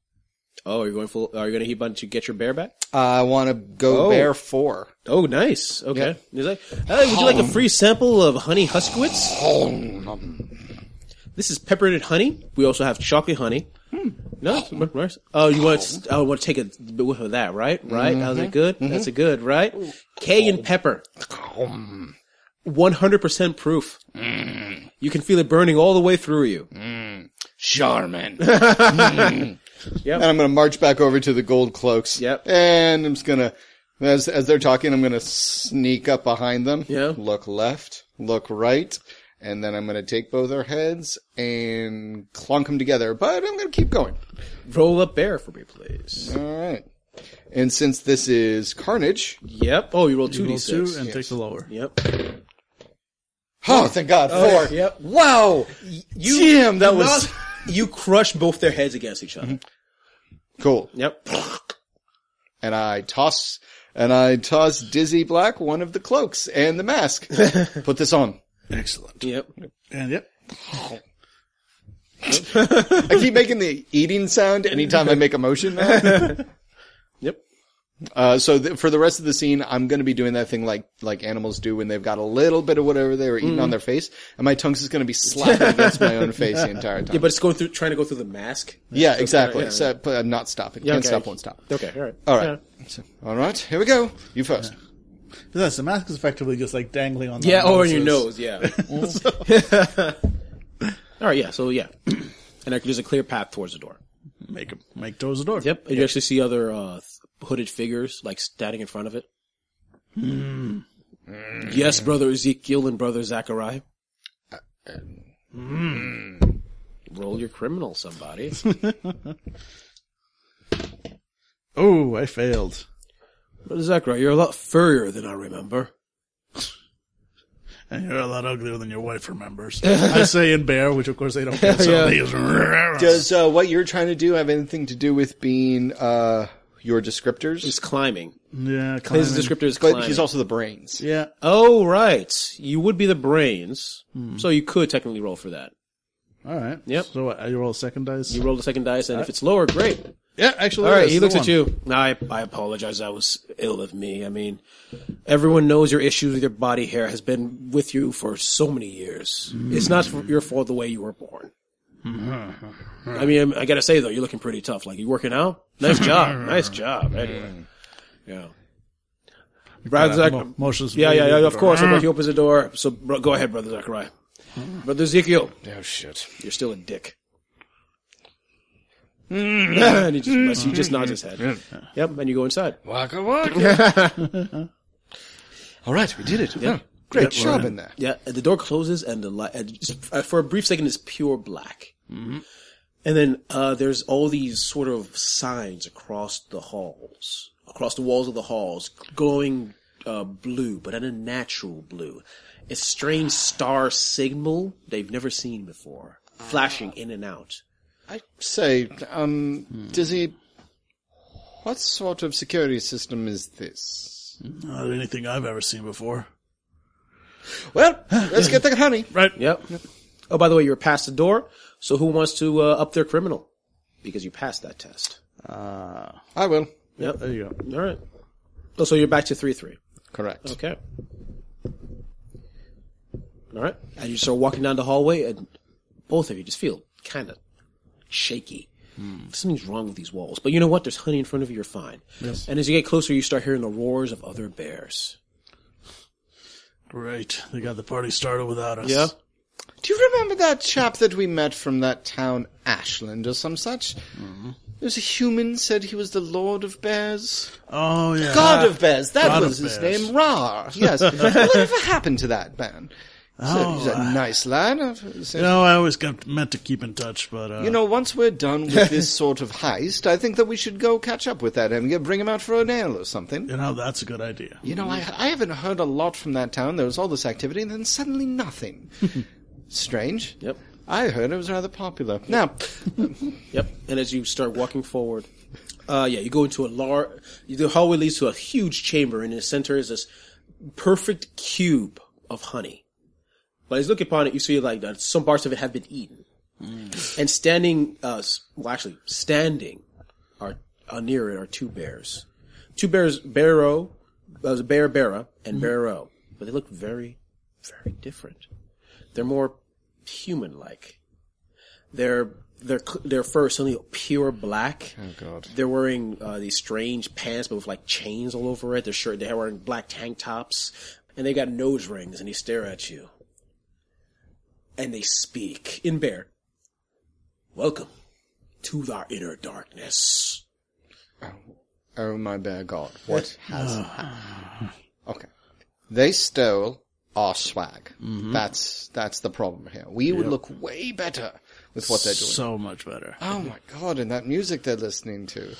Speaker 1: Oh, are you going full, are you going to heap on to get your bear back?
Speaker 3: I want to go
Speaker 1: Oh.
Speaker 3: bear four.
Speaker 1: Oh, nice. Okay.
Speaker 3: Yeah.
Speaker 1: He's like, "Hey, would you like a free sample of honey huskowitz? This is peppered honey. We also have chocolate honey. No, it's not nice. Oh, you want? To, oh, want to take a whiff of that, right? Right? How's it good? That's a good, right? Cayenne pepper. One hundred percent proof. You can feel it burning all the way through you.
Speaker 3: Charmin. And I'm gonna march back over to the gold cloaks.
Speaker 1: Yep.
Speaker 3: And I'm just gonna, as as they're talking, I'm gonna sneak up behind them.
Speaker 1: Yeah.
Speaker 3: Look left. Look right. And then I'm gonna take both their heads and clonk them together. But I'm gonna keep going.
Speaker 1: Roll up bear for me, please.
Speaker 3: All right. And since this is Carnage,
Speaker 1: Yep. Oh, you rolled two
Speaker 5: Roll
Speaker 1: d
Speaker 5: two
Speaker 1: six.
Speaker 5: and take the lower.
Speaker 1: Yep.
Speaker 3: oh, thank God, four.
Speaker 1: Yep.
Speaker 3: Wow.
Speaker 1: You,
Speaker 3: Damn, that
Speaker 1: you
Speaker 3: was-
Speaker 1: knock- you crush both their heads against each other.
Speaker 3: Cool.
Speaker 1: Yep.
Speaker 3: And I toss, and I toss Dizzy Black one of the cloaks and the mask. Put this on.
Speaker 5: Excellent.
Speaker 1: Yep.
Speaker 5: And yep.
Speaker 3: I keep making the eating sound anytime I make a motion. now.
Speaker 1: Yep.
Speaker 3: Uh, so th- for the rest of the scene, I'm going to be doing that thing like, like animals do when they've got a little bit of whatever they were eating on their face. And my tongue's just going to be slapping against my own face the entire time.
Speaker 1: Yeah, but it's going through, trying to go through the mask.
Speaker 3: Yeah, exactly. So, but I'm not stopping. Can't
Speaker 1: okay.
Speaker 3: stop, won't stop.
Speaker 1: Okay, all right.
Speaker 3: All right. So, all right. Here we go. You first.
Speaker 5: But that's the mask is effectively just like dangling on.
Speaker 1: Yeah,
Speaker 5: their
Speaker 1: or in your
Speaker 5: noses.
Speaker 1: nose, yeah. all right, yeah, so yeah. And like, there's a clear path towards the door.
Speaker 5: Make a, make towards the door.
Speaker 1: Yep, and you actually see other uh, hooded figures, like, standing in front of it. Yes, brother Ezekiel and brother Zachariah. Roll your criminal, somebody.
Speaker 5: Oh, I failed.
Speaker 1: brother Zachariah, you're a lot furrier than I remember.
Speaker 5: And you're a lot uglier than your wife remembers. I say in bear, which of course they don't get, so they just
Speaker 3: Does uh, what you're trying to do have anything to do with being uh, your descriptors?
Speaker 1: He's climbing.
Speaker 5: Yeah,
Speaker 1: His
Speaker 5: climbing.
Speaker 1: descriptor is
Speaker 3: But
Speaker 1: climbing.
Speaker 3: he's also the brains.
Speaker 5: Yeah.
Speaker 1: Oh, right. You would be the brains. So you could technically roll for that.
Speaker 5: All right.
Speaker 1: Yep.
Speaker 5: So what, I roll a second dice.
Speaker 1: You roll the second dice, and if it's lower, great.
Speaker 5: yeah, actually.
Speaker 1: All right,
Speaker 5: yes,
Speaker 1: he
Speaker 5: the
Speaker 1: looks at
Speaker 5: one.
Speaker 1: you. I, I apologize. I was ill of me. I mean, everyone knows your issue with your body hair has been with you for so many years. It's not your fault the way you were born. Hmm. I mean, I gotta say though, you're looking pretty tough. Like, you working out? Nice job. nice job. Anyway. Yeah. Brad Zach-
Speaker 5: Mo- motions.
Speaker 1: Yeah, yeah, yeah, of course. Of course, he opens the door. So bro, go ahead, Brother Zachariah. Brother Ezekiel,
Speaker 3: Oh shit.
Speaker 1: you're still a dick. and he just, he just nods his head.
Speaker 3: Mm.
Speaker 1: Yep, and you go inside.
Speaker 3: Waka waka. all right, we did it. Yeah. Great job in there.
Speaker 1: Yeah, and the door closes, and the light, and just- uh, for a brief second, it's pure black. And then uh, there's all these sort of signs across the halls across the walls of the halls, glowing uh, blue, but an unnatural blue. A strange star signal they've never seen before, flashing in and out.
Speaker 3: I say, um, Dizzy, what sort of security system is this?
Speaker 5: Not anything I've ever seen before.
Speaker 3: Well, let's get the honey.
Speaker 5: Right?
Speaker 1: Yep. Oh, by the way, you're past the door, so who wants to uh, up their criminal? Because you passed that test.
Speaker 3: I will.
Speaker 1: Yep.
Speaker 2: There you go.
Speaker 1: All right. Oh, so you're back to 3 3.
Speaker 3: Correct.
Speaker 1: Okay. All right. As you start walking down the hallway, and both of you just feel kind of shaky. Something's wrong with these walls. But you know what? There's honey in front of you. You're fine. And as you get closer, you start hearing the roars of other bears.
Speaker 5: Great. They got the party started without us.
Speaker 1: Yeah.
Speaker 3: Do you remember that chap that we met from that town, Ashland, or some such?
Speaker 5: Mm-hmm.
Speaker 3: There was a human said he was the Lord of Bears.
Speaker 5: Oh, yeah.
Speaker 3: Uh, God of Bears, that
Speaker 5: God
Speaker 3: was
Speaker 5: of
Speaker 3: his
Speaker 5: Bears.
Speaker 3: name, Ra. Yes. Whatever happened to that man? He's, a, he's a
Speaker 5: I-
Speaker 3: nice lad. I've-
Speaker 5: You know, I always kept, meant to keep in touch, but, uh,
Speaker 3: You know, once we're done with this sort of heist, I think that we should go catch up with that and get- bring him out for a nail or something.
Speaker 5: you know, that's a good idea.
Speaker 3: You know, I, I haven't heard a lot from that town. There was all this activity, and then suddenly nothing. Strange.
Speaker 1: Yep.
Speaker 3: I heard it was rather popular. Now,
Speaker 1: Yep. And as you start walking forward, uh, yeah, you go into a large. The hallway leads to a huge chamber, and in the center is this perfect cube of honey. But as you look upon it, you see like that some parts of it have been eaten, and standing, uh, s- well, actually standing, are uh, near it are two bears, two bears, Barrow, uh, Bear Barra and Barrow, but they look very, very different. They're more human-like. Their their c- their fur is suddenly pure black. Oh
Speaker 3: God.
Speaker 1: They're wearing uh, these strange pants, but with like chains all over it. Their shirt they're wearing black tank tops, and they got nose rings, and they stare at you. And they speak in bear. Welcome to our inner darkness.
Speaker 3: oh my bear god, what has happened? Okay. They stole our swag.
Speaker 1: Mm-hmm.
Speaker 3: That's that's the problem here. We would look way better with what they're doing.
Speaker 5: So much better.
Speaker 3: oh my god, and that music they're listening to.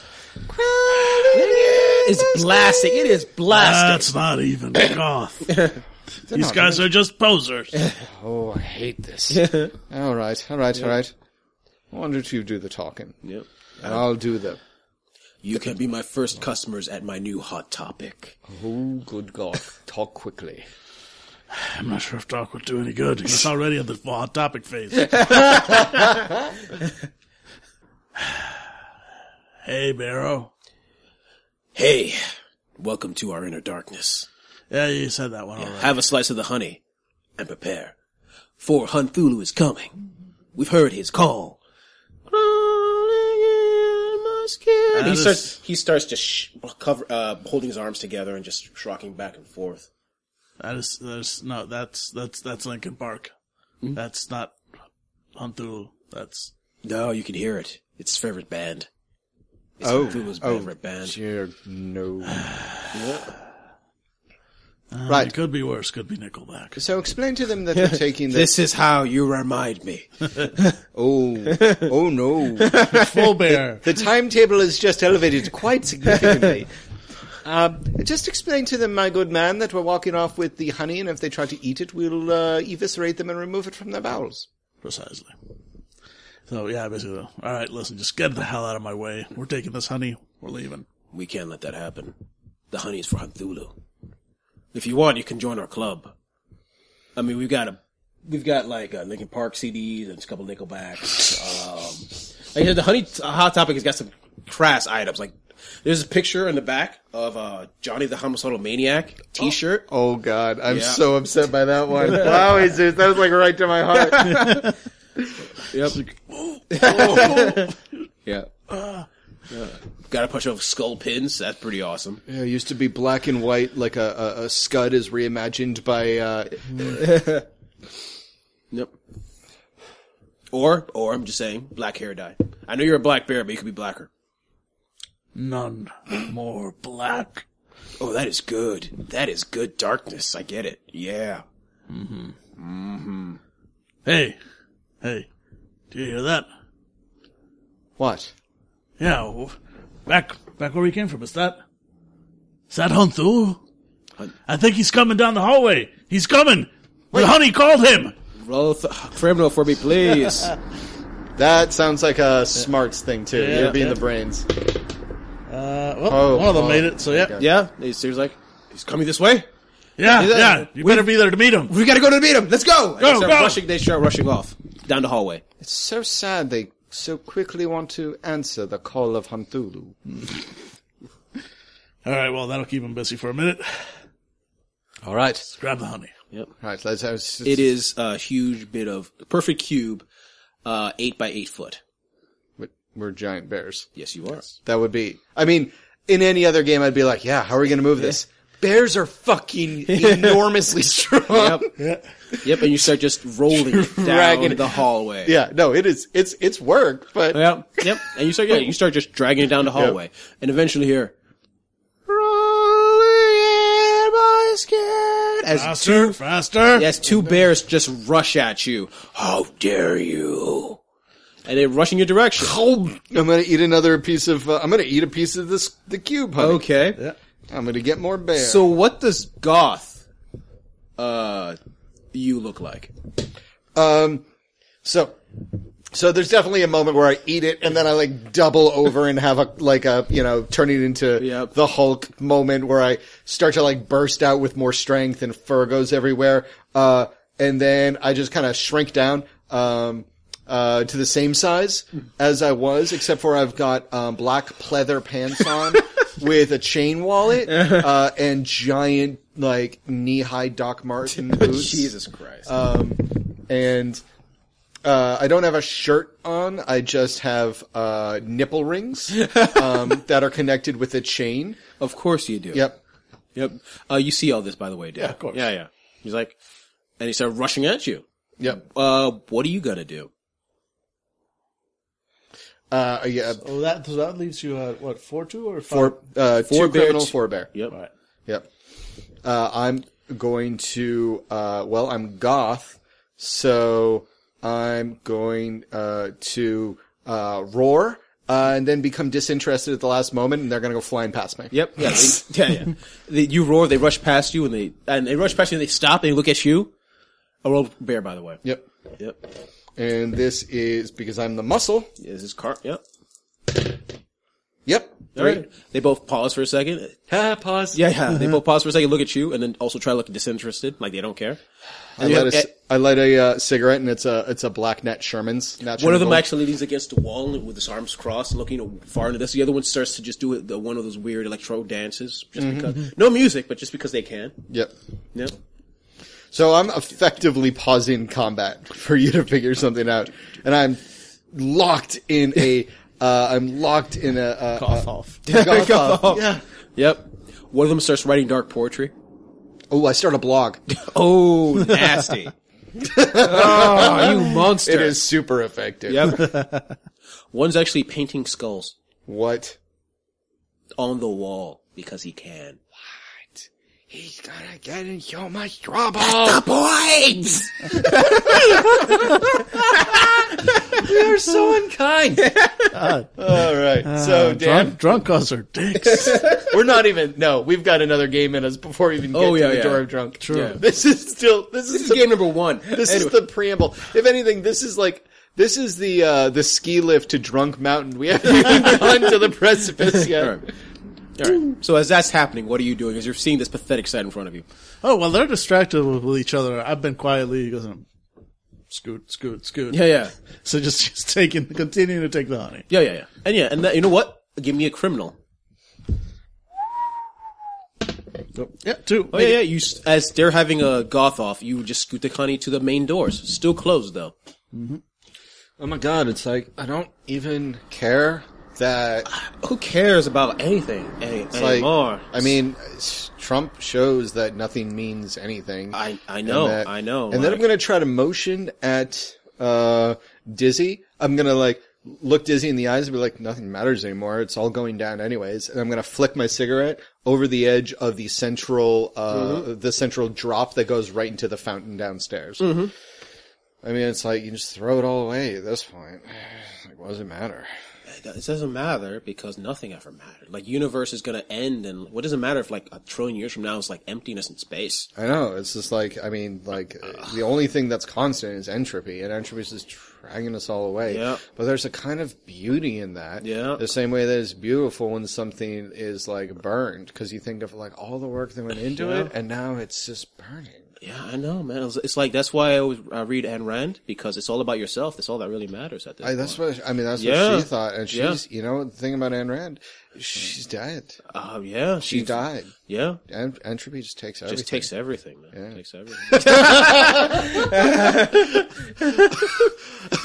Speaker 1: It's blasting. It is blasting.
Speaker 5: That's not even goth. These guys are just posers.
Speaker 3: Oh, I hate this. all right, all right, all right. Why don't you do the talking?
Speaker 1: Yep.
Speaker 3: And I'll do the.
Speaker 1: You can be my first customers at my new hot topic.
Speaker 3: Oh, good God. Talk quickly.
Speaker 5: I'm not sure if Doc would do any good. He's already at the hot topic phase. hey, Barrow.
Speaker 1: Hey, welcome to our inner darkness.
Speaker 5: Yeah, you said that one already.
Speaker 1: Have a slice of the honey and prepare. For Hunthulu is coming. We've heard his call.
Speaker 5: That
Speaker 1: he
Speaker 5: is-
Speaker 1: starts. He starts just sh- cover, uh, holding his arms together and just rocking back and forth.
Speaker 5: That is, that is no, that's that's that's Lincoln Park. That's not Hunthulu. That's
Speaker 1: No, you can hear it. It's his favorite band. It's
Speaker 3: Oh,
Speaker 1: Hunthulu's
Speaker 3: oh,
Speaker 1: favorite band.
Speaker 3: Dear, no.
Speaker 5: uh,
Speaker 3: Right.
Speaker 5: It could be worse. Could be Nickelback.
Speaker 3: So explain to them that we're taking the.
Speaker 1: This is how you remind me.
Speaker 3: Oh, oh no.
Speaker 5: Full bear.
Speaker 3: The timetable is just elevated quite significantly. Um, just explain to them, my good man, that we're walking off with the honey, and if they try to eat it, we'll uh, eviscerate them and remove it from their bowels.
Speaker 5: Precisely. So yeah, basically. All right, listen. Just get the hell out of my way. We're taking this honey. We're leaving.
Speaker 1: We can't let that happen. The honey is for Hunthulu. If you want, you can join our club. I mean, we've got a, we've got like uh, Lincoln Park CDs and a couple Nickelbacks. Um, like I said, the honey uh, hot topic has got some crass items. Like there's a picture in the back of uh, Johnny the Homicidal Maniac T-shirt.
Speaker 3: Oh, God. I'm
Speaker 1: Yeah. so
Speaker 3: upset by that one. wow, Jesus. That was like right to my heart.
Speaker 1: Yeah. got a bunch of skull pins. That's pretty awesome.
Speaker 3: Yeah, it used to be black and white, like a, a, a scud is reimagined by. Uh,
Speaker 1: Yep. Or, or I'm just saying, black hair dye. I know you're a black bear, but you could be blacker.
Speaker 5: None more black.
Speaker 1: Oh, that is good. That is good darkness. I get it. Yeah.
Speaker 5: Hey, hey. Do you hear that?
Speaker 3: what?
Speaker 5: Yeah, w- back back where we came from. Is that Is that Hunthu? I think he's coming down the hallway. He's coming. The honey called him.
Speaker 1: Roll th- criminal for me, please.
Speaker 3: That sounds like a smarts thing too.
Speaker 5: Yeah,
Speaker 3: You're being
Speaker 5: yeah.
Speaker 3: the brains.
Speaker 5: Uh, well,
Speaker 3: Oh,
Speaker 5: one of them
Speaker 3: oh,
Speaker 5: made it. So yeah,
Speaker 1: yeah, he seems like he's coming this way.
Speaker 5: yeah,
Speaker 1: Yeah.
Speaker 5: yeah. You better be there to meet him.
Speaker 1: We gotta go to meet him. Let's go.
Speaker 5: Go,
Speaker 1: they start
Speaker 5: go.
Speaker 1: Rushing, they start rushing off down the hallway.
Speaker 3: It's so sad they so quickly want to answer the call of Huntulu.
Speaker 5: All right. Well, that'll keep him busy for a minute. Let's
Speaker 3: All right.
Speaker 5: grab the honey.
Speaker 3: All right. Let's. let's
Speaker 1: It is a huge bit of perfect cube, uh, eight by eight foot.
Speaker 3: We're giant bears.
Speaker 1: Yes, you are.
Speaker 3: That would be. I mean, in any other game, I'd be like, yeah, how are we going to move this? Bears are fucking enormously strong.
Speaker 1: Yep, and you start just rolling down
Speaker 3: Dragging-
Speaker 1: the hallway.
Speaker 3: Yeah. No, it is. It's it's work, but
Speaker 1: Yep, yep. And you start, yeah, you start just dragging it down the hallway, and eventually here, as
Speaker 5: Faster, faster.
Speaker 1: as two bears just rush at you. How dare you! And they rush in your direction.
Speaker 3: I'm going to eat another piece of. Uh, I'm going to eat a piece of this the cube. Honey.
Speaker 1: Okay.
Speaker 3: I'm going to get more bear.
Speaker 1: So what does goth, uh, you look like?
Speaker 3: Um, so, so there's definitely a moment where I eat it and then I like double over and have a, like a, you know, turn it into
Speaker 1: Yep.
Speaker 3: the Hulk moment where I start to like burst out with more strength and fur goes everywhere. Uh, and then I just kind of shrink down, um, uh, to the same size as I was, except for I've got, um, black pleather pants on with a chain wallet, uh, and giant, like, knee-high Doc Martin boots
Speaker 1: Jesus Christ!
Speaker 3: and uh, I don't have a shirt on. I just have uh, nipple rings um, that are connected with a chain.
Speaker 1: of course you do.
Speaker 3: Yep.
Speaker 1: Yep. Uh, you see all this, by the way, Dan. Yeah,
Speaker 5: of course.
Speaker 1: Yeah, yeah. He's like, and he started rushing at you.
Speaker 3: Yep.
Speaker 1: Uh, what do you gotta do?
Speaker 3: Uh, yeah.
Speaker 5: Oh, that so that leaves you at what four two or five?
Speaker 3: Four, uh, two
Speaker 1: Forebear
Speaker 3: criminal
Speaker 1: two-
Speaker 3: forebear.
Speaker 1: Yep.
Speaker 5: All right.
Speaker 3: Yep. Uh, I'm going to. Uh, well, I'm goth, so I'm going uh, to uh, roar. Uh, and then become disinterested at the last moment, and they're gonna go flying past me.
Speaker 1: Yep. Yeah. They, yeah. yeah. They, you roar. They rush past you, and they and they rush past you. and They stop. They look at you. A roll bear, by the way.
Speaker 3: Yep.
Speaker 1: Yep.
Speaker 3: And this is because I'm the muscle.
Speaker 1: Is his car? Yep.
Speaker 3: Yep.
Speaker 1: All right. They both pause for a second. pause. Yeah, yeah. They both pause for a second, look at you, and then also try to look disinterested, like they don't care.
Speaker 3: I
Speaker 1: And you
Speaker 3: light, a,
Speaker 1: have-
Speaker 3: c- I light a uh, cigarette, and it's a it's a black net Sherman's. Nat
Speaker 1: One of them
Speaker 3: Sherman
Speaker 1: actually leans against the wall with his arms crossed, looking far into this. The other one starts to just do it, the, one of those weird electro dances, just because no music, but just because they can.
Speaker 3: Gold. Yep.
Speaker 1: Yeah.
Speaker 3: So I'm effectively pausing combat for you to figure something out, and I'm locked in a uh, I'm locked in a, a,
Speaker 5: Cough
Speaker 3: a-
Speaker 5: off.
Speaker 3: Goth off. Yeah.
Speaker 1: Yep. One of them starts writing dark poetry.
Speaker 3: Oh, I start a blog.
Speaker 1: Oh, nasty! oh, you monster!
Speaker 3: It is super effective.
Speaker 1: Yep. One's actually painting skulls
Speaker 3: What?
Speaker 1: on the wall because he can.
Speaker 3: He's gonna get in so much trouble. The
Speaker 1: Points.
Speaker 3: You're so unkind. All right.
Speaker 1: Uh,
Speaker 3: so Dan,
Speaker 5: Drunk, drunk us are dicks.
Speaker 3: We're not even. No, we've got another game in us before we even get
Speaker 1: Oh, yeah,
Speaker 3: to the
Speaker 1: yeah.
Speaker 3: door of drunk.
Speaker 1: True. Yeah.
Speaker 3: This is still. This,
Speaker 1: This is
Speaker 3: is the,
Speaker 1: game number one.
Speaker 3: This
Speaker 1: Anyway.
Speaker 3: is the preamble. If anything, this is like this is the uh, the ski lift to Drunk Mountain. We haven't even gone to the precipice yet.
Speaker 1: All right. All right. So as that's happening, what are you doing? As you're seeing this pathetic sight in front of you.
Speaker 5: oh well, they're distracted with, with each other. I've been quietly going, scoot, scoot, scoot.
Speaker 1: Yeah, yeah,
Speaker 5: So just just taking, continuing to take the honey.
Speaker 1: yeah, yeah, yeah. And yeah, and that, you know what? Give me a criminal.
Speaker 5: Yeah, two.
Speaker 1: Oh yeah, yeah. You s- as they're having a goth off, you just scoot the honey to the main doors, still closed though.
Speaker 3: Oh my god! It's like I don't even care that
Speaker 1: Who cares about anything any,
Speaker 3: like
Speaker 1: anymore?
Speaker 3: I mean, s- Trump shows that nothing means anything.
Speaker 1: I I know,
Speaker 3: and that-
Speaker 1: I know.
Speaker 3: And then I'm gonna try to motion at uh Dizzy. I'm gonna like look Dizzy in the eyes and be like, nothing matters anymore. It's all going down anyways. And I'm gonna flick my cigarette over the edge of
Speaker 1: Mm-hmm.
Speaker 3: the
Speaker 1: Mm-hmm.
Speaker 3: central uh the central drop that goes right into the fountain downstairs. I mean, it's like you just throw it all away at this point. Like, what does it matter?
Speaker 1: It doesn't matter because nothing ever mattered. Like universe is gonna end, and what does it matter if like a trillion years from now it's like emptiness in space?
Speaker 3: I know. It's just like, I mean, like the only thing that's constant is entropy, and entropy is just dragging us all away.
Speaker 1: Yeah.
Speaker 3: But there's a kind of beauty in that.
Speaker 1: Yeah.
Speaker 3: The same way that it's beautiful when something is like burned, because you think of like all the work that went into it, and now it's just burning.
Speaker 1: Yeah, I know, man. It's, it's like that's why I always I read Anne Rand because it's all about yourself. That's all that really matters at this.
Speaker 3: I,
Speaker 1: point.
Speaker 3: that's what I mean. That's
Speaker 1: Yeah.
Speaker 3: what she thought, and
Speaker 1: Yeah.
Speaker 3: she's you know the thing about Ayn Rand, she's dead.
Speaker 1: Oh yeah,
Speaker 3: She died.
Speaker 1: Yeah,
Speaker 3: En- entropy just takes everything.
Speaker 1: just takes everything, man. Takes everything.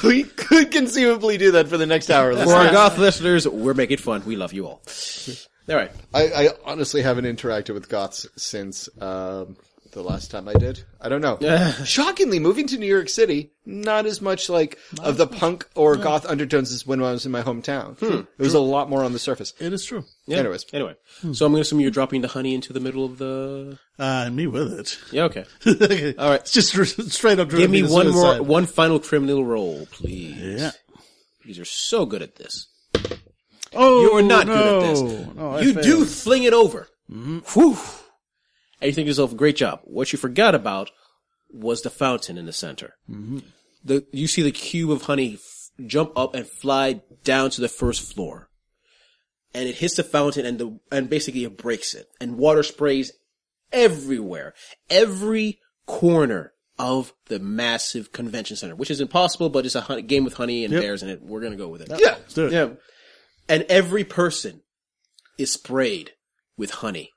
Speaker 7: we could conceivably do that for the next hour.
Speaker 1: For our goth listeners, we're making fun. We love you all. All right.
Speaker 3: I, I honestly haven't interacted with goths since um, the last time I did. I don't know. Shockingly, moving to New York City, not as much like of the punk or goth undertones as when I was in my hometown. it was a lot more on the surface.
Speaker 5: It is true.
Speaker 1: Yeah.
Speaker 3: Anyways.
Speaker 1: anyway, so I'm going to assume you're dropping the honey into the middle of the.
Speaker 5: Uh, and me with it.
Speaker 1: Yeah. Okay.
Speaker 5: All right. It's just r- straight up.
Speaker 1: Give
Speaker 5: driven
Speaker 1: me
Speaker 5: to
Speaker 1: one more,
Speaker 5: suicide.
Speaker 1: one final criminal roll, please.
Speaker 5: Yeah.
Speaker 1: Because you're so good at this.
Speaker 5: Oh,
Speaker 1: You are not
Speaker 5: no.
Speaker 1: good at this.
Speaker 5: No, I
Speaker 1: you
Speaker 5: failed. Mm-hmm.
Speaker 1: do fling it over. Whew. And you think to yourself, great job. What you forgot about was the fountain in the center.
Speaker 5: Mm-hmm.
Speaker 1: The, you see the cube of honey f- jump up and fly down to the first floor. And it hits the fountain and the, and basically it breaks it. And water sprays everywhere. Every corner of the massive convention center, which is impossible, but it's a hun- game with honey and bears and it. We're going to go with it.
Speaker 5: Yeah. Let's do it.
Speaker 1: Yeah. And every person is sprayed with honey.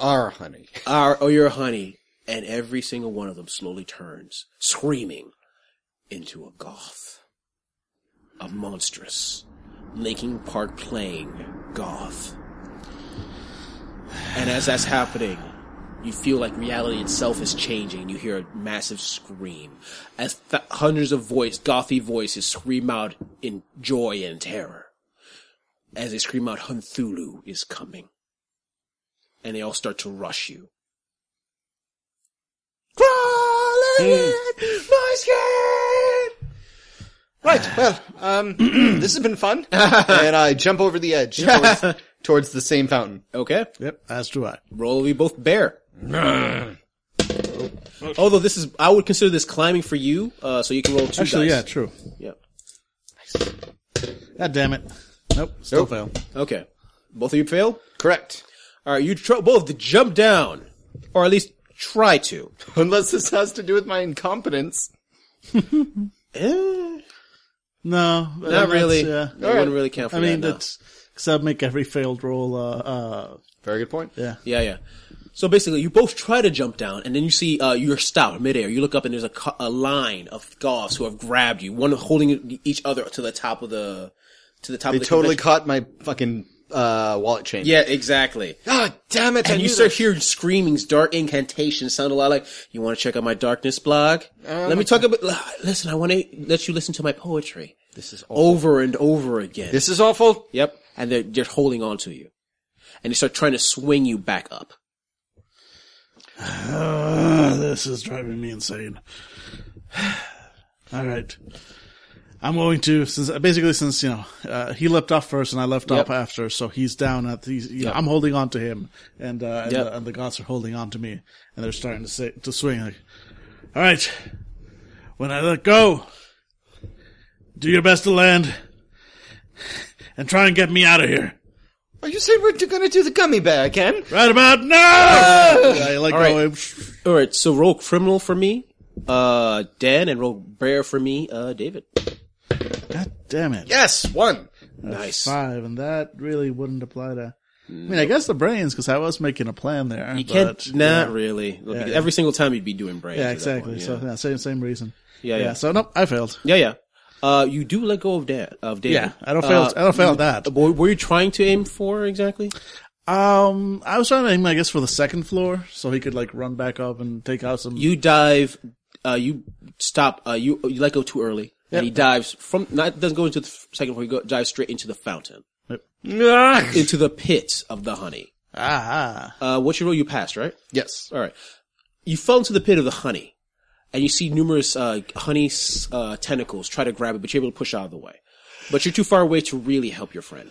Speaker 3: Our Ah, honey.
Speaker 1: Our or your oh, honey. And every single one of them slowly turns, screaming, into a goth. A monstrous, Linkin Park playing goth. And as that's happening, you feel like reality itself is changing. You hear a massive scream as th- hundreds of voice, gothy voices scream out in joy and terror. As they scream out, Hunthulu is coming. And they all start to rush you. Hmm.
Speaker 3: Right. Well, um, this has been fun, and I jump over the edge towards, towards the same fountain.
Speaker 1: Okay.
Speaker 5: Yep. As do I.
Speaker 1: Roll we both bear. Although this is, I would consider this climbing for you, uh, so you can roll two
Speaker 5: Actually, yeah,
Speaker 1: dice.
Speaker 5: true.
Speaker 1: Yeah.
Speaker 5: God damn it. Nope. Still fail.
Speaker 1: Okay. Both of you fail?
Speaker 3: Correct.
Speaker 1: All right, you tr- both to jump down, or at least try to.
Speaker 3: Unless this has to do with my incompetence.
Speaker 1: Eh,
Speaker 5: No.
Speaker 1: not really.
Speaker 5: Yeah.
Speaker 1: No one really count for
Speaker 5: uh, I mean,
Speaker 1: that. no.
Speaker 5: that's because I make every failed roll. Uh, uh,
Speaker 3: Very good point.
Speaker 1: Yeah, yeah. So basically, you both try to jump down, and then you see uh, you're stopped midair. You look up, and there's a, co- a line of goths who have grabbed you, one holding e-, each other to the top of the to the top.
Speaker 3: They
Speaker 1: of the
Speaker 3: totally
Speaker 1: convention-
Speaker 3: caught my fucking uh, wallet chain.
Speaker 1: yeah, exactly.
Speaker 3: God damn it! I
Speaker 1: and you
Speaker 3: knew
Speaker 1: start
Speaker 3: that.
Speaker 1: hearing screamings, dark incantations sound a lot like, you want to check out my darkness blog?
Speaker 5: Uh,
Speaker 1: let me talk about, listen, I want to let you listen to my poetry. This is over and over again.
Speaker 3: This is awful.
Speaker 1: yep. And they're, they're holding on to you. And they start trying to swing you back up.
Speaker 5: uh, this is driving me insane. All right. I'm going to since basically since you know uh, he leapt off first and I left off after, so he's down at these. You know, I'm holding on to him, and uh, and,
Speaker 1: Yep.
Speaker 5: the, and the goths are holding on to me, and they're starting to say, to swing. Like, all right, when I let go, do your best to land, and try and get me out of here.
Speaker 3: Are you saying we're gonna do the gummy bear again?
Speaker 5: Right about now! I like
Speaker 1: All right.
Speaker 5: going,
Speaker 1: All right. So roll criminal for me, uh, Dan, and roll bear for me, uh, David.
Speaker 5: God damn it.
Speaker 3: Yes, one.
Speaker 1: Nice.
Speaker 5: Five, and that really wouldn't apply to. I mean, I guess the brains, because I was making a plan there.
Speaker 1: You can't,
Speaker 5: but,
Speaker 1: not really. Because Every single time you'd be doing brains.
Speaker 5: Yeah,
Speaker 1: at that
Speaker 5: exactly.
Speaker 1: point,
Speaker 5: So yeah, same same reason.
Speaker 1: Yeah, yeah.
Speaker 5: So nope, I failed.
Speaker 1: Yeah, yeah. Uh, you do let go of Dan, of David. Uh,
Speaker 5: Yeah, I don't fail. I don't fail that.
Speaker 1: Were were you trying to aim for exactly?
Speaker 5: Um, I was trying to aim, I guess, for the second floor, so he could like run back up and take out some.
Speaker 1: You dive, uh, you stop, uh, you, you let go too early. And he dives from, not, doesn't go into the f- second floor, he go, dives straight into the fountain.
Speaker 3: Ah.
Speaker 1: into the pit of the honey.
Speaker 5: ah,
Speaker 1: Uh, what's your roll? You passed, right?
Speaker 3: Yes.
Speaker 1: All right. You fell into the pit of the honey. and you see numerous uh, honey s- uh, tentacles try to grab it, but you're able to push out of the way. But you're too far away to really help your friend.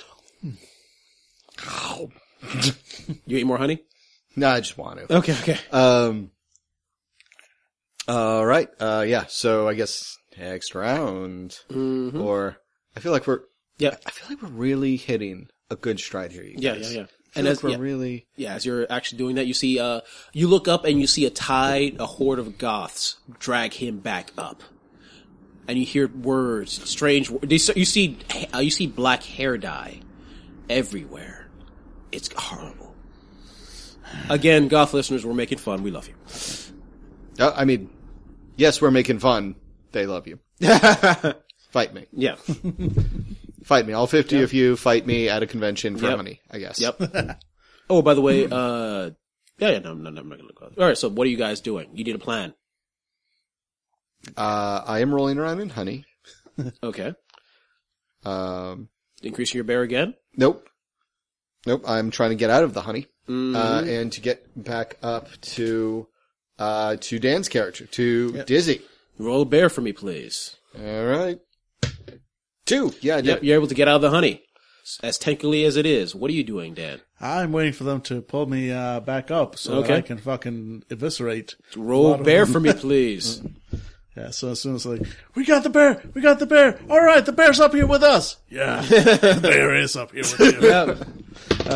Speaker 1: Hmm. you eat more honey? Uh,
Speaker 3: No, I just want to.
Speaker 1: Okay, okay.
Speaker 3: Um. All right. Uh. Yeah. So I guess next round, or I feel like we're.
Speaker 1: Yeah.
Speaker 3: I feel like we're really hitting a good stride here. You
Speaker 1: yeah,
Speaker 3: guys.
Speaker 1: yeah, yeah.
Speaker 3: And
Speaker 1: And as
Speaker 3: we're
Speaker 1: yeah,
Speaker 3: really.
Speaker 1: yeah, as you're actually doing that, you see uh, you look up and you see a tide, a horde of Goths drag him back up, and you hear words, strange. wo- They, you see, uh, you see black hair dye everywhere. It's horrible. Again, Goth listeners, we're making fun. We love you.
Speaker 3: Uh, I mean, yes, we're making fun. They love you. fight me.
Speaker 1: Yeah.
Speaker 3: Fight me. All fifty of you fight me at a convention for
Speaker 1: Yep.
Speaker 3: money. I guess.
Speaker 1: Yep. oh, by the way, uh, yeah, yeah, no, no, no, I'm not gonna look. All right, so what are you guys doing? You need a plan.
Speaker 3: Uh. I am rolling around in honey.
Speaker 1: Okay,
Speaker 3: Um.
Speaker 1: increasing your bear again.
Speaker 3: Nope. Nope. I'm trying to get out of the honey. Uh, and to get back up to, uh, to Dan's character, to Dizzy.
Speaker 1: Roll a bear for me, please.
Speaker 3: All right. Two. Yeah. I did
Speaker 1: Yep,
Speaker 3: it.
Speaker 1: you're able to get out of the honey. As technically as it is, what are you doing, Dan?
Speaker 5: I'm waiting for them to pull me uh, back up so
Speaker 1: Okay.
Speaker 5: that I can fucking eviscerate.
Speaker 1: Roll bear for me, please.
Speaker 5: Yeah, so as soon as like, we got the bear, we got the bear. All right, the bear's up here with us. Yeah, the bear is up here with you. Uh,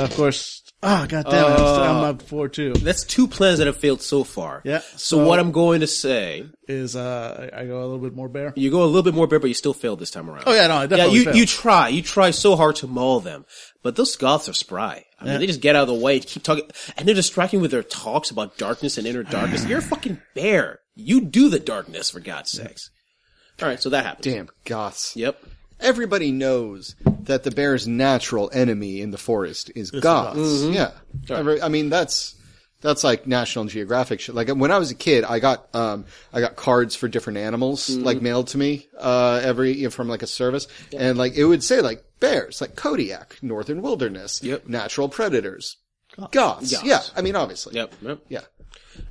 Speaker 5: of course. Ah, goddamn it! I'm, still- I'm up four two.
Speaker 1: That's two plans that have failed so far.
Speaker 5: Yeah,
Speaker 1: So,
Speaker 5: so-
Speaker 1: what I'm going to say,
Speaker 5: Is uh, I I go a little bit more bear.
Speaker 1: you go a little bit more bear, but you still failed this time around.
Speaker 5: Oh yeah, no, I
Speaker 1: yeah.
Speaker 5: definitely.
Speaker 1: You
Speaker 5: failed.
Speaker 1: you try, you try so hard to maul them, but those goths are spry. I mean, they just get out of the way, keep talking, and they're distracting with their talks about darkness and inner darkness. You're a fucking bear. You do the darkness for God's sakes. All right, so that happened.
Speaker 3: Damn goths.
Speaker 1: Yep.
Speaker 3: Everybody knows that the bear's natural enemy in the forest is goths.
Speaker 1: Mm-hmm.
Speaker 3: Yeah. Every- I mean, that's, that's like National Geographic shit. Like when I was a kid, I got, um, I got cards for different animals,
Speaker 1: Mm-hmm.
Speaker 3: like mailed to me, uh, every, you know, from like a service. And like it would say like bears, like Kodiak, Northern Wilderness,
Speaker 1: Yep.
Speaker 3: natural predators, goths.
Speaker 1: Goths.
Speaker 3: Yeah. I mean, obviously.
Speaker 1: Yep. Yep.
Speaker 3: Yeah.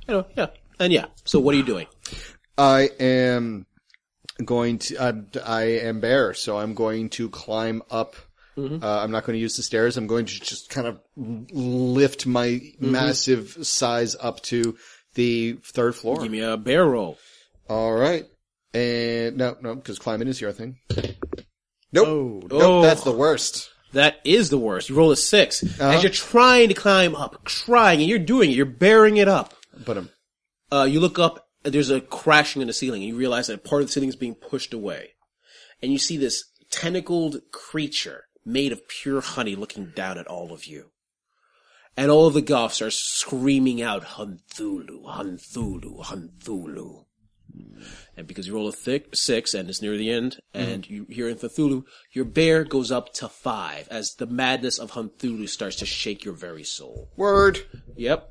Speaker 1: You know, yeah. And yeah. So what are you doing?
Speaker 3: I am going to. I'm I am bear, so I'm going to climb up.
Speaker 1: Mm-hmm.
Speaker 3: Uh, I'm not going to use the stairs. I'm going to just kind of lift my
Speaker 1: Mm-hmm.
Speaker 3: massive size up to the third floor.
Speaker 1: Give me a bear roll.
Speaker 3: All right, and no, no, because climbing is your thing. Nope, nope,
Speaker 1: Oh.
Speaker 3: that's the worst.
Speaker 1: That is the worst. You roll a 6 As you're trying to climb up, trying, and you're doing it, you're bearing it up.
Speaker 3: But um,
Speaker 1: Uh, you look up, and there's a crashing in the ceiling, and you realize that part of the ceiling is being pushed away. And you see this tentacled creature made of pure honey looking down at all of you. And all of the goths are screaming out, Hunthulu, Hunthulu, Hunthulu. And because you roll a thick six and it's near the end, and you hear in Cthulhu, your bear goes up to five as the madness of Hunthulu starts to shake your very soul.
Speaker 3: word.
Speaker 1: Yep.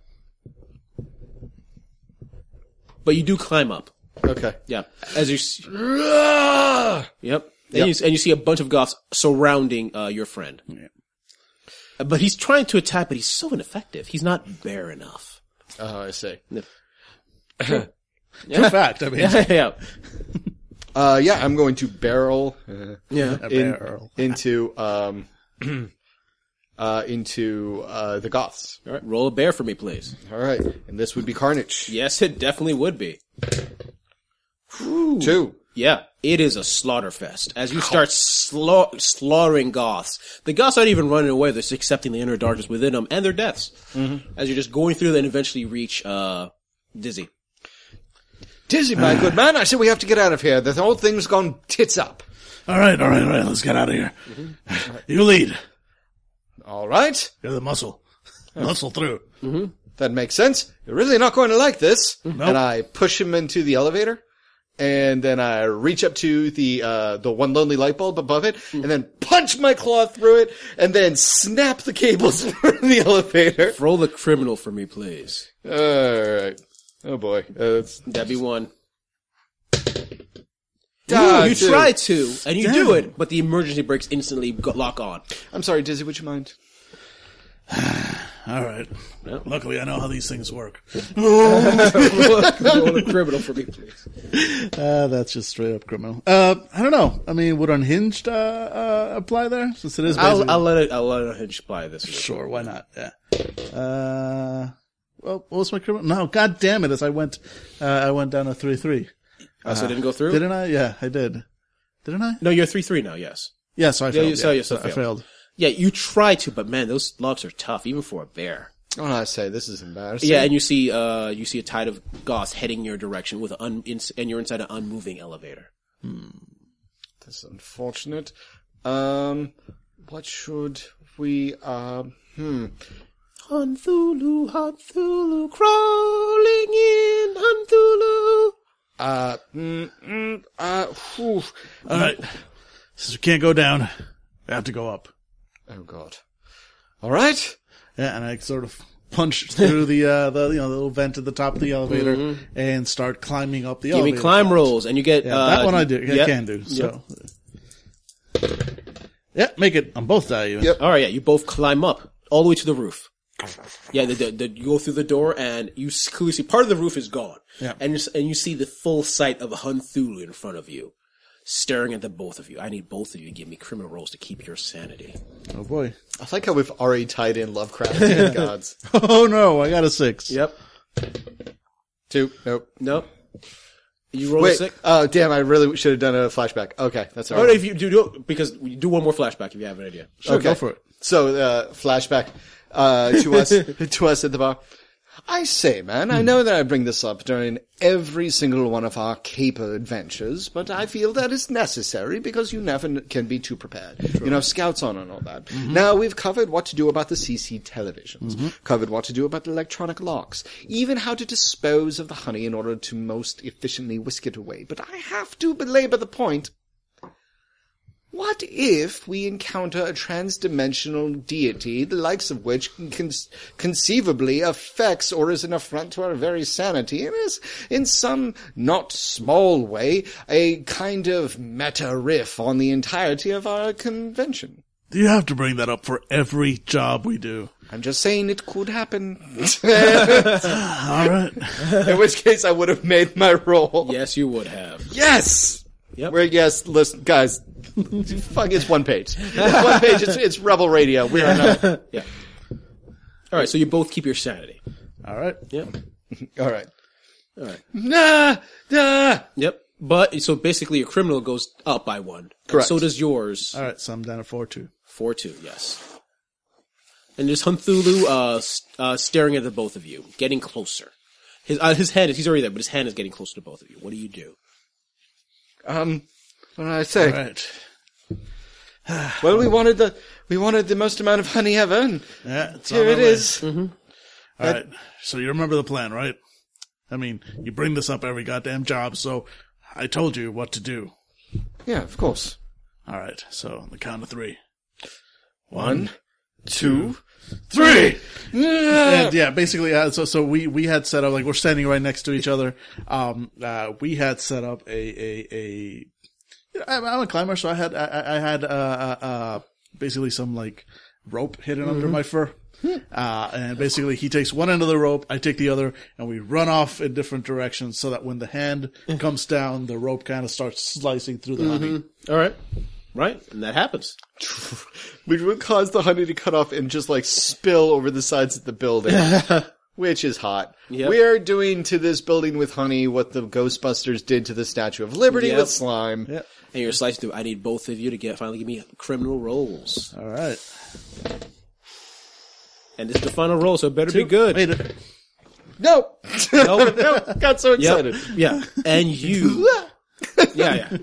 Speaker 1: But you do climb up.
Speaker 3: Okay.
Speaker 1: Yeah. As you see. Yep. And, You, s- and you see a bunch of goths surrounding uh, your friend. Uh, But he's trying to attack, but he's so ineffective. He's not bear enough.
Speaker 3: Oh, I see.
Speaker 5: True fact. I mean,
Speaker 1: yeah.
Speaker 3: Uh, yeah, I'm going to barrel.
Speaker 1: Yeah.
Speaker 3: in-
Speaker 5: barrel.
Speaker 3: into um uh into uh the goths.
Speaker 1: All right. Roll a bear for me, please.
Speaker 3: All right. And this would be Carnage.
Speaker 1: Yes, it definitely would be.
Speaker 3: Two.
Speaker 1: Yeah, it is a slaughter fest. As you start sla- slaughtering goths, the goths aren't even running away. They're just accepting the inner darkness within them and their deaths. As you're just going through, then eventually reach uh, Dizzy.
Speaker 3: Dizzy, my good man, I said we have to get out of here. The whole thing's gone tits up.
Speaker 5: All right, all right, all right. Let's get out of here.
Speaker 1: Mm-hmm.
Speaker 5: You lead.
Speaker 3: All right.
Speaker 5: You're the muscle. Muscle through.
Speaker 3: That makes sense. You're really not going to like this. And I push him into the elevator. And then I reach up to the uh, the one lonely light bulb above it, and then punch my claw through it, and then snap the cables for the elevator.
Speaker 1: Roll the criminal for me, please.
Speaker 3: All right. Oh boy, uh, that's
Speaker 1: That'd be one.
Speaker 3: Ah,
Speaker 1: Ooh, you
Speaker 3: dude.
Speaker 1: try to, and you do it, but the emergency brakes instantly go- lock on.
Speaker 3: I'm sorry, Dizzy. Would you mind?
Speaker 5: All right. Luckily, I know how these things work.
Speaker 1: Roll a criminal for me, please.
Speaker 5: Uh, that's just straight up criminal. Uh, I don't know. I mean, would unhinged uh, uh, apply there? Since it is basically-
Speaker 1: I'll, I'll let it. I'll let it hinge by this. Week.
Speaker 5: Sure, why not? Yeah. Uh, well, what was my criminal? No, god damn it! As I went, uh, I went down a three three.
Speaker 1: Uh, so it didn't go through.
Speaker 5: Didn't I? Yeah, I did. Didn't I?
Speaker 1: No, you're three three now. Yes.
Speaker 5: Yeah, so I failed.
Speaker 1: you- so you- so
Speaker 5: I
Speaker 1: failed.
Speaker 5: failed.
Speaker 1: Yeah, you try to, but man, those logs are tough, even for a bear.
Speaker 3: Oh, I say this is embarrassing.
Speaker 1: Yeah, and you see, uh, you see a tide of gauze heading your direction with an un- ins- and you're inside an unmoving elevator.
Speaker 3: That's unfortunate. Um, what should we? Um, hmm.
Speaker 1: Hunthulu, Hunthulu, crawling in Hunthulu.
Speaker 3: Uh, mm, mm, uh, whew.
Speaker 5: All right. Since we can't go down, we have to go up.
Speaker 3: Oh God. All right.
Speaker 5: Yeah, and I sort of punch through the uh, the you know the little vent at the top of the elevator and start climbing up the
Speaker 1: Give
Speaker 5: elevator.
Speaker 1: me climb rolls, and you get
Speaker 5: Oh, Yeah,
Speaker 1: uh,
Speaker 5: that one I do. I
Speaker 1: yep.
Speaker 5: can do. So. Yeah, make it on both die. Even.
Speaker 3: Yep.
Speaker 1: All right, yeah, you both climb up all the way to the roof. Yeah, the, the, the, you go through the door and you s- clearly see part of the roof is gone.
Speaker 5: Yeah.
Speaker 1: And, you, s- and you see the full sight of Hunthulu in front of you, staring at the both of you. I need both of you to give me criminal rolls to keep your sanity.
Speaker 5: Oh boy.
Speaker 3: I like how we've already tied in Lovecraftian gods.
Speaker 5: Oh no, I got a six.
Speaker 1: Yep.
Speaker 3: Two. Nope.
Speaker 1: Nope. You roll a
Speaker 3: Wait.
Speaker 1: six.
Speaker 3: Oh damn! I really should have done a flashback. Okay, that's all
Speaker 1: Oh,
Speaker 3: right.
Speaker 1: no, if you do, do because you do one more flashback if you have an idea.
Speaker 5: Sure,
Speaker 3: Okay.
Speaker 5: Oh, go for it.
Speaker 3: So uh, flashback uh, to us to us at the bar. I say, man,
Speaker 5: Hmm.
Speaker 3: I know that I bring this up during every single one of our caper adventures, but I feel that it's necessary because you never n- can be too prepared. You know, scouts on and all that.
Speaker 5: Mm-hmm.
Speaker 3: Now we've covered what to do about the CC televisions, covered what to do about the electronic locks, even how to dispose of the honey in order to most efficiently whisk it away. But I have to belabor the point what if we encounter a transdimensional deity, the likes of which con- conceivably affects or is an affront to our very sanity and is, in some not small way, a kind of meta riff on the entirety of our convention?
Speaker 5: Do you have to bring that up for every job we do?
Speaker 3: I'm just saying it could happen.
Speaker 5: All right.
Speaker 3: in which case, I would have made my roll.
Speaker 1: Yes, you would have.
Speaker 3: Yes.
Speaker 1: Yep.
Speaker 3: Where yes, listen, guys. fuck, it's one page. It's one page. It's, it's Rebel Radio. We are not.
Speaker 1: All right, so you both keep your sanity.
Speaker 5: All right.
Speaker 1: Yep.
Speaker 3: All right.
Speaker 1: All right.
Speaker 3: Nah, nah.
Speaker 1: Yep. But so basically, your criminal goes up by one.
Speaker 3: Correct.
Speaker 1: So does yours.
Speaker 5: All right. So I'm down at four two.
Speaker 1: Four two. Yes. And there's Hunthulu uh, s- uh, staring at the both of you, getting closer. His uh, his head is he's already there, but his hand is getting closer to both of you. What do you do?
Speaker 3: Um, what did I say?
Speaker 5: All right.
Speaker 3: Well, we wanted the we wanted the most amount of honey ever, and
Speaker 5: Yeah, it's
Speaker 3: here
Speaker 5: on
Speaker 3: it
Speaker 5: our way.
Speaker 3: is.
Speaker 5: All right. So you remember the plan, right? I mean, you bring this up every goddamn job, so I told you what to do.
Speaker 3: Yeah, of course.
Speaker 5: All right. So on the count of three.
Speaker 3: One, two.
Speaker 5: three. and yeah, basically, uh, so so we we had set up like we're standing right next to each other. Um, uh, we had set up a a a. You know, I'm, I'm a climber, so I had I- I, I had uh, uh, uh basically some like rope hidden under my fur. Uh, and basically he takes one end of the rope, I take the other, and we run off in different directions so that when the hand comes down, the rope kind of starts slicing through the honey.
Speaker 1: All right. Right, and that happens.
Speaker 3: Which would cause the honey to cut off and just like spill over the sides of the building, which is hot. We are doing to this building with honey what the Ghostbusters did to the Statue of Liberty
Speaker 1: Yep.
Speaker 3: with slime.
Speaker 1: And you're slicing through. I need both of you to get finally give me criminal rolls.
Speaker 5: All right.
Speaker 1: And this is the final roll, so it better be good.
Speaker 5: Made it.
Speaker 3: No,
Speaker 1: Nope.
Speaker 3: got so
Speaker 1: Yep.
Speaker 3: excited.
Speaker 1: Yeah. And you Yeah, yeah.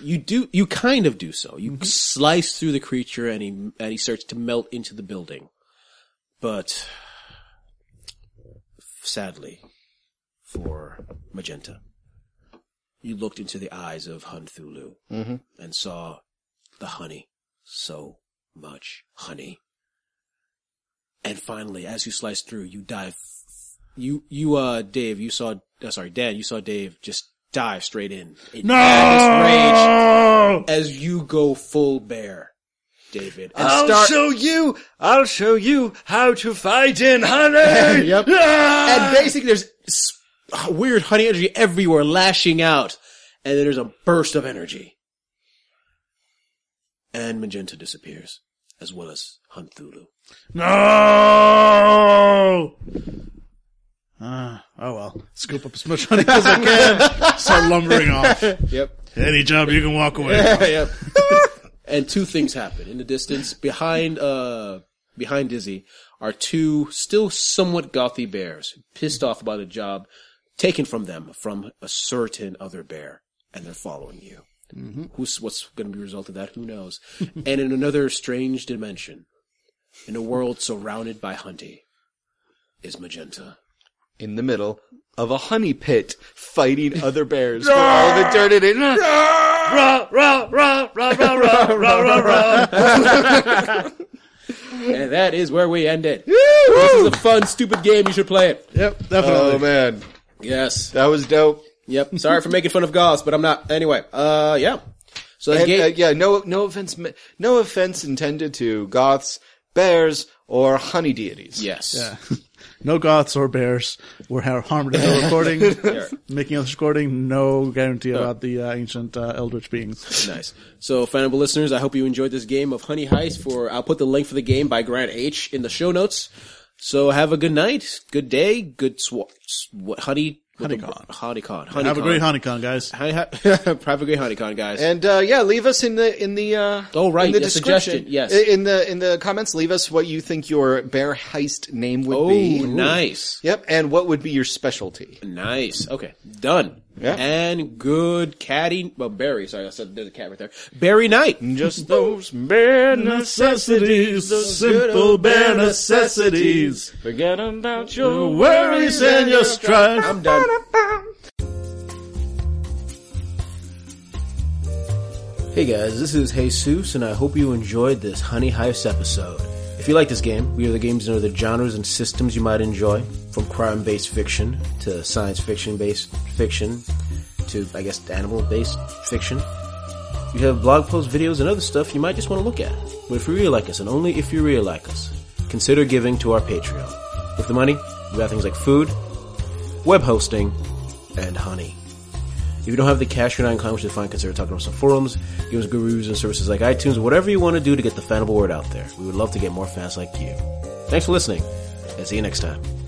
Speaker 1: You do you kind of do so. You slice through the creature and he and he starts to melt into the building. But sadly for Magenta, you looked into the eyes of Hunthulu and saw the honey. So much honey. And finally, as you slice through, you dive you you uh Dave, you saw uh, sorry Dan, you saw Dave just dive straight in. in
Speaker 5: No!
Speaker 1: madness, rage as you go full bear. David.
Speaker 8: and start.
Speaker 4: you. I'll show you how to fight in honey.
Speaker 8: yep.
Speaker 1: and basically, there's s- weird honey energy everywhere, lashing out, and then there's a burst of energy, and Magenta disappears, as well as Hunt Thulu.
Speaker 5: No. Uh, oh well. Scoop up as much honey as I can. Start lumbering off.
Speaker 8: Yep.
Speaker 5: Any job you can walk away. From.
Speaker 8: Yep.
Speaker 1: And two things happen in the distance behind uh behind Dizzy are two still somewhat gothy bears pissed off about a job taken from them from a certain other bear, and they're following you. Who's what's going to be the result of that? Who knows? and in another strange dimension, in a world surrounded by Hunty, is Magenta.
Speaker 8: In the middle of a honey pit, fighting other bears for all of eternity.
Speaker 5: Rah, rah, rah, rah, rah, rah, rah, rah, rah.
Speaker 1: And that is where we end it. This is a fun, stupid game. You should play it.
Speaker 8: Yep, definitely. Oh man,
Speaker 1: Yes.
Speaker 8: that was dope.
Speaker 1: Yep. Sorry for making fun of Goss, but I'm not. Anyway. Uh. Yeah. So that's
Speaker 8: And,
Speaker 1: game.
Speaker 8: uh, yeah, no, no offense, me- no offense intended to goths, bears, or honey deities.
Speaker 1: Yes.
Speaker 5: No goths or bears were har- harmed in the recording. Making us recording, no guarantee about the uh, ancient uh, eldritch beings.
Speaker 1: Nice. So, fanable listeners, I hope you enjoyed this game of Honey Heist. For I'll put the link for the game by Grant H in the show notes. So have a good night, good day, good sw- s- what honey honeycon honeycon honeycon.
Speaker 5: Have a great honeycomb, guys.
Speaker 1: Honey- have a great honeycon, guys.
Speaker 8: And uh, yeah, leave us in the in the uh,
Speaker 1: Oh, right,
Speaker 8: in the
Speaker 1: yeah,
Speaker 8: description
Speaker 1: suggestion, yes.
Speaker 8: I- in the in the comments. Leave us what you think your bear heist name would
Speaker 1: oh,
Speaker 8: be.
Speaker 1: nice,
Speaker 8: Yep, and what would be your specialty?
Speaker 1: nice. Okay, done.
Speaker 8: Yeah.
Speaker 1: And good catty, well, Barry. Sorry, I said there's a cat right there. Barry Knight.
Speaker 8: Just those
Speaker 4: Bare necessities, the simple bare necessities. Forget about your worries and your strife.
Speaker 1: I'm done.
Speaker 2: Hey guys, this is Jesus, and I hope you enjoyed this Honey Heist episode. If you like this game, we are the games and other genres and systems you might enjoy, from crime-based fiction to science fiction-based fiction to, I guess, animal-based fiction. We have blog posts, videos, and other stuff you might just want to look at. But if you really like us, and only if you really like us, consider giving to our Patreon. With the money, we got things like food, web hosting, and honey. If you don't have the cash, you're not inclined, which is fine, consider talking to us on forums, give us good reviews and services like iTunes, whatever you want to do to get the fanable word out there. We would love to get more fans like you. Thanks for listening, and see you next time.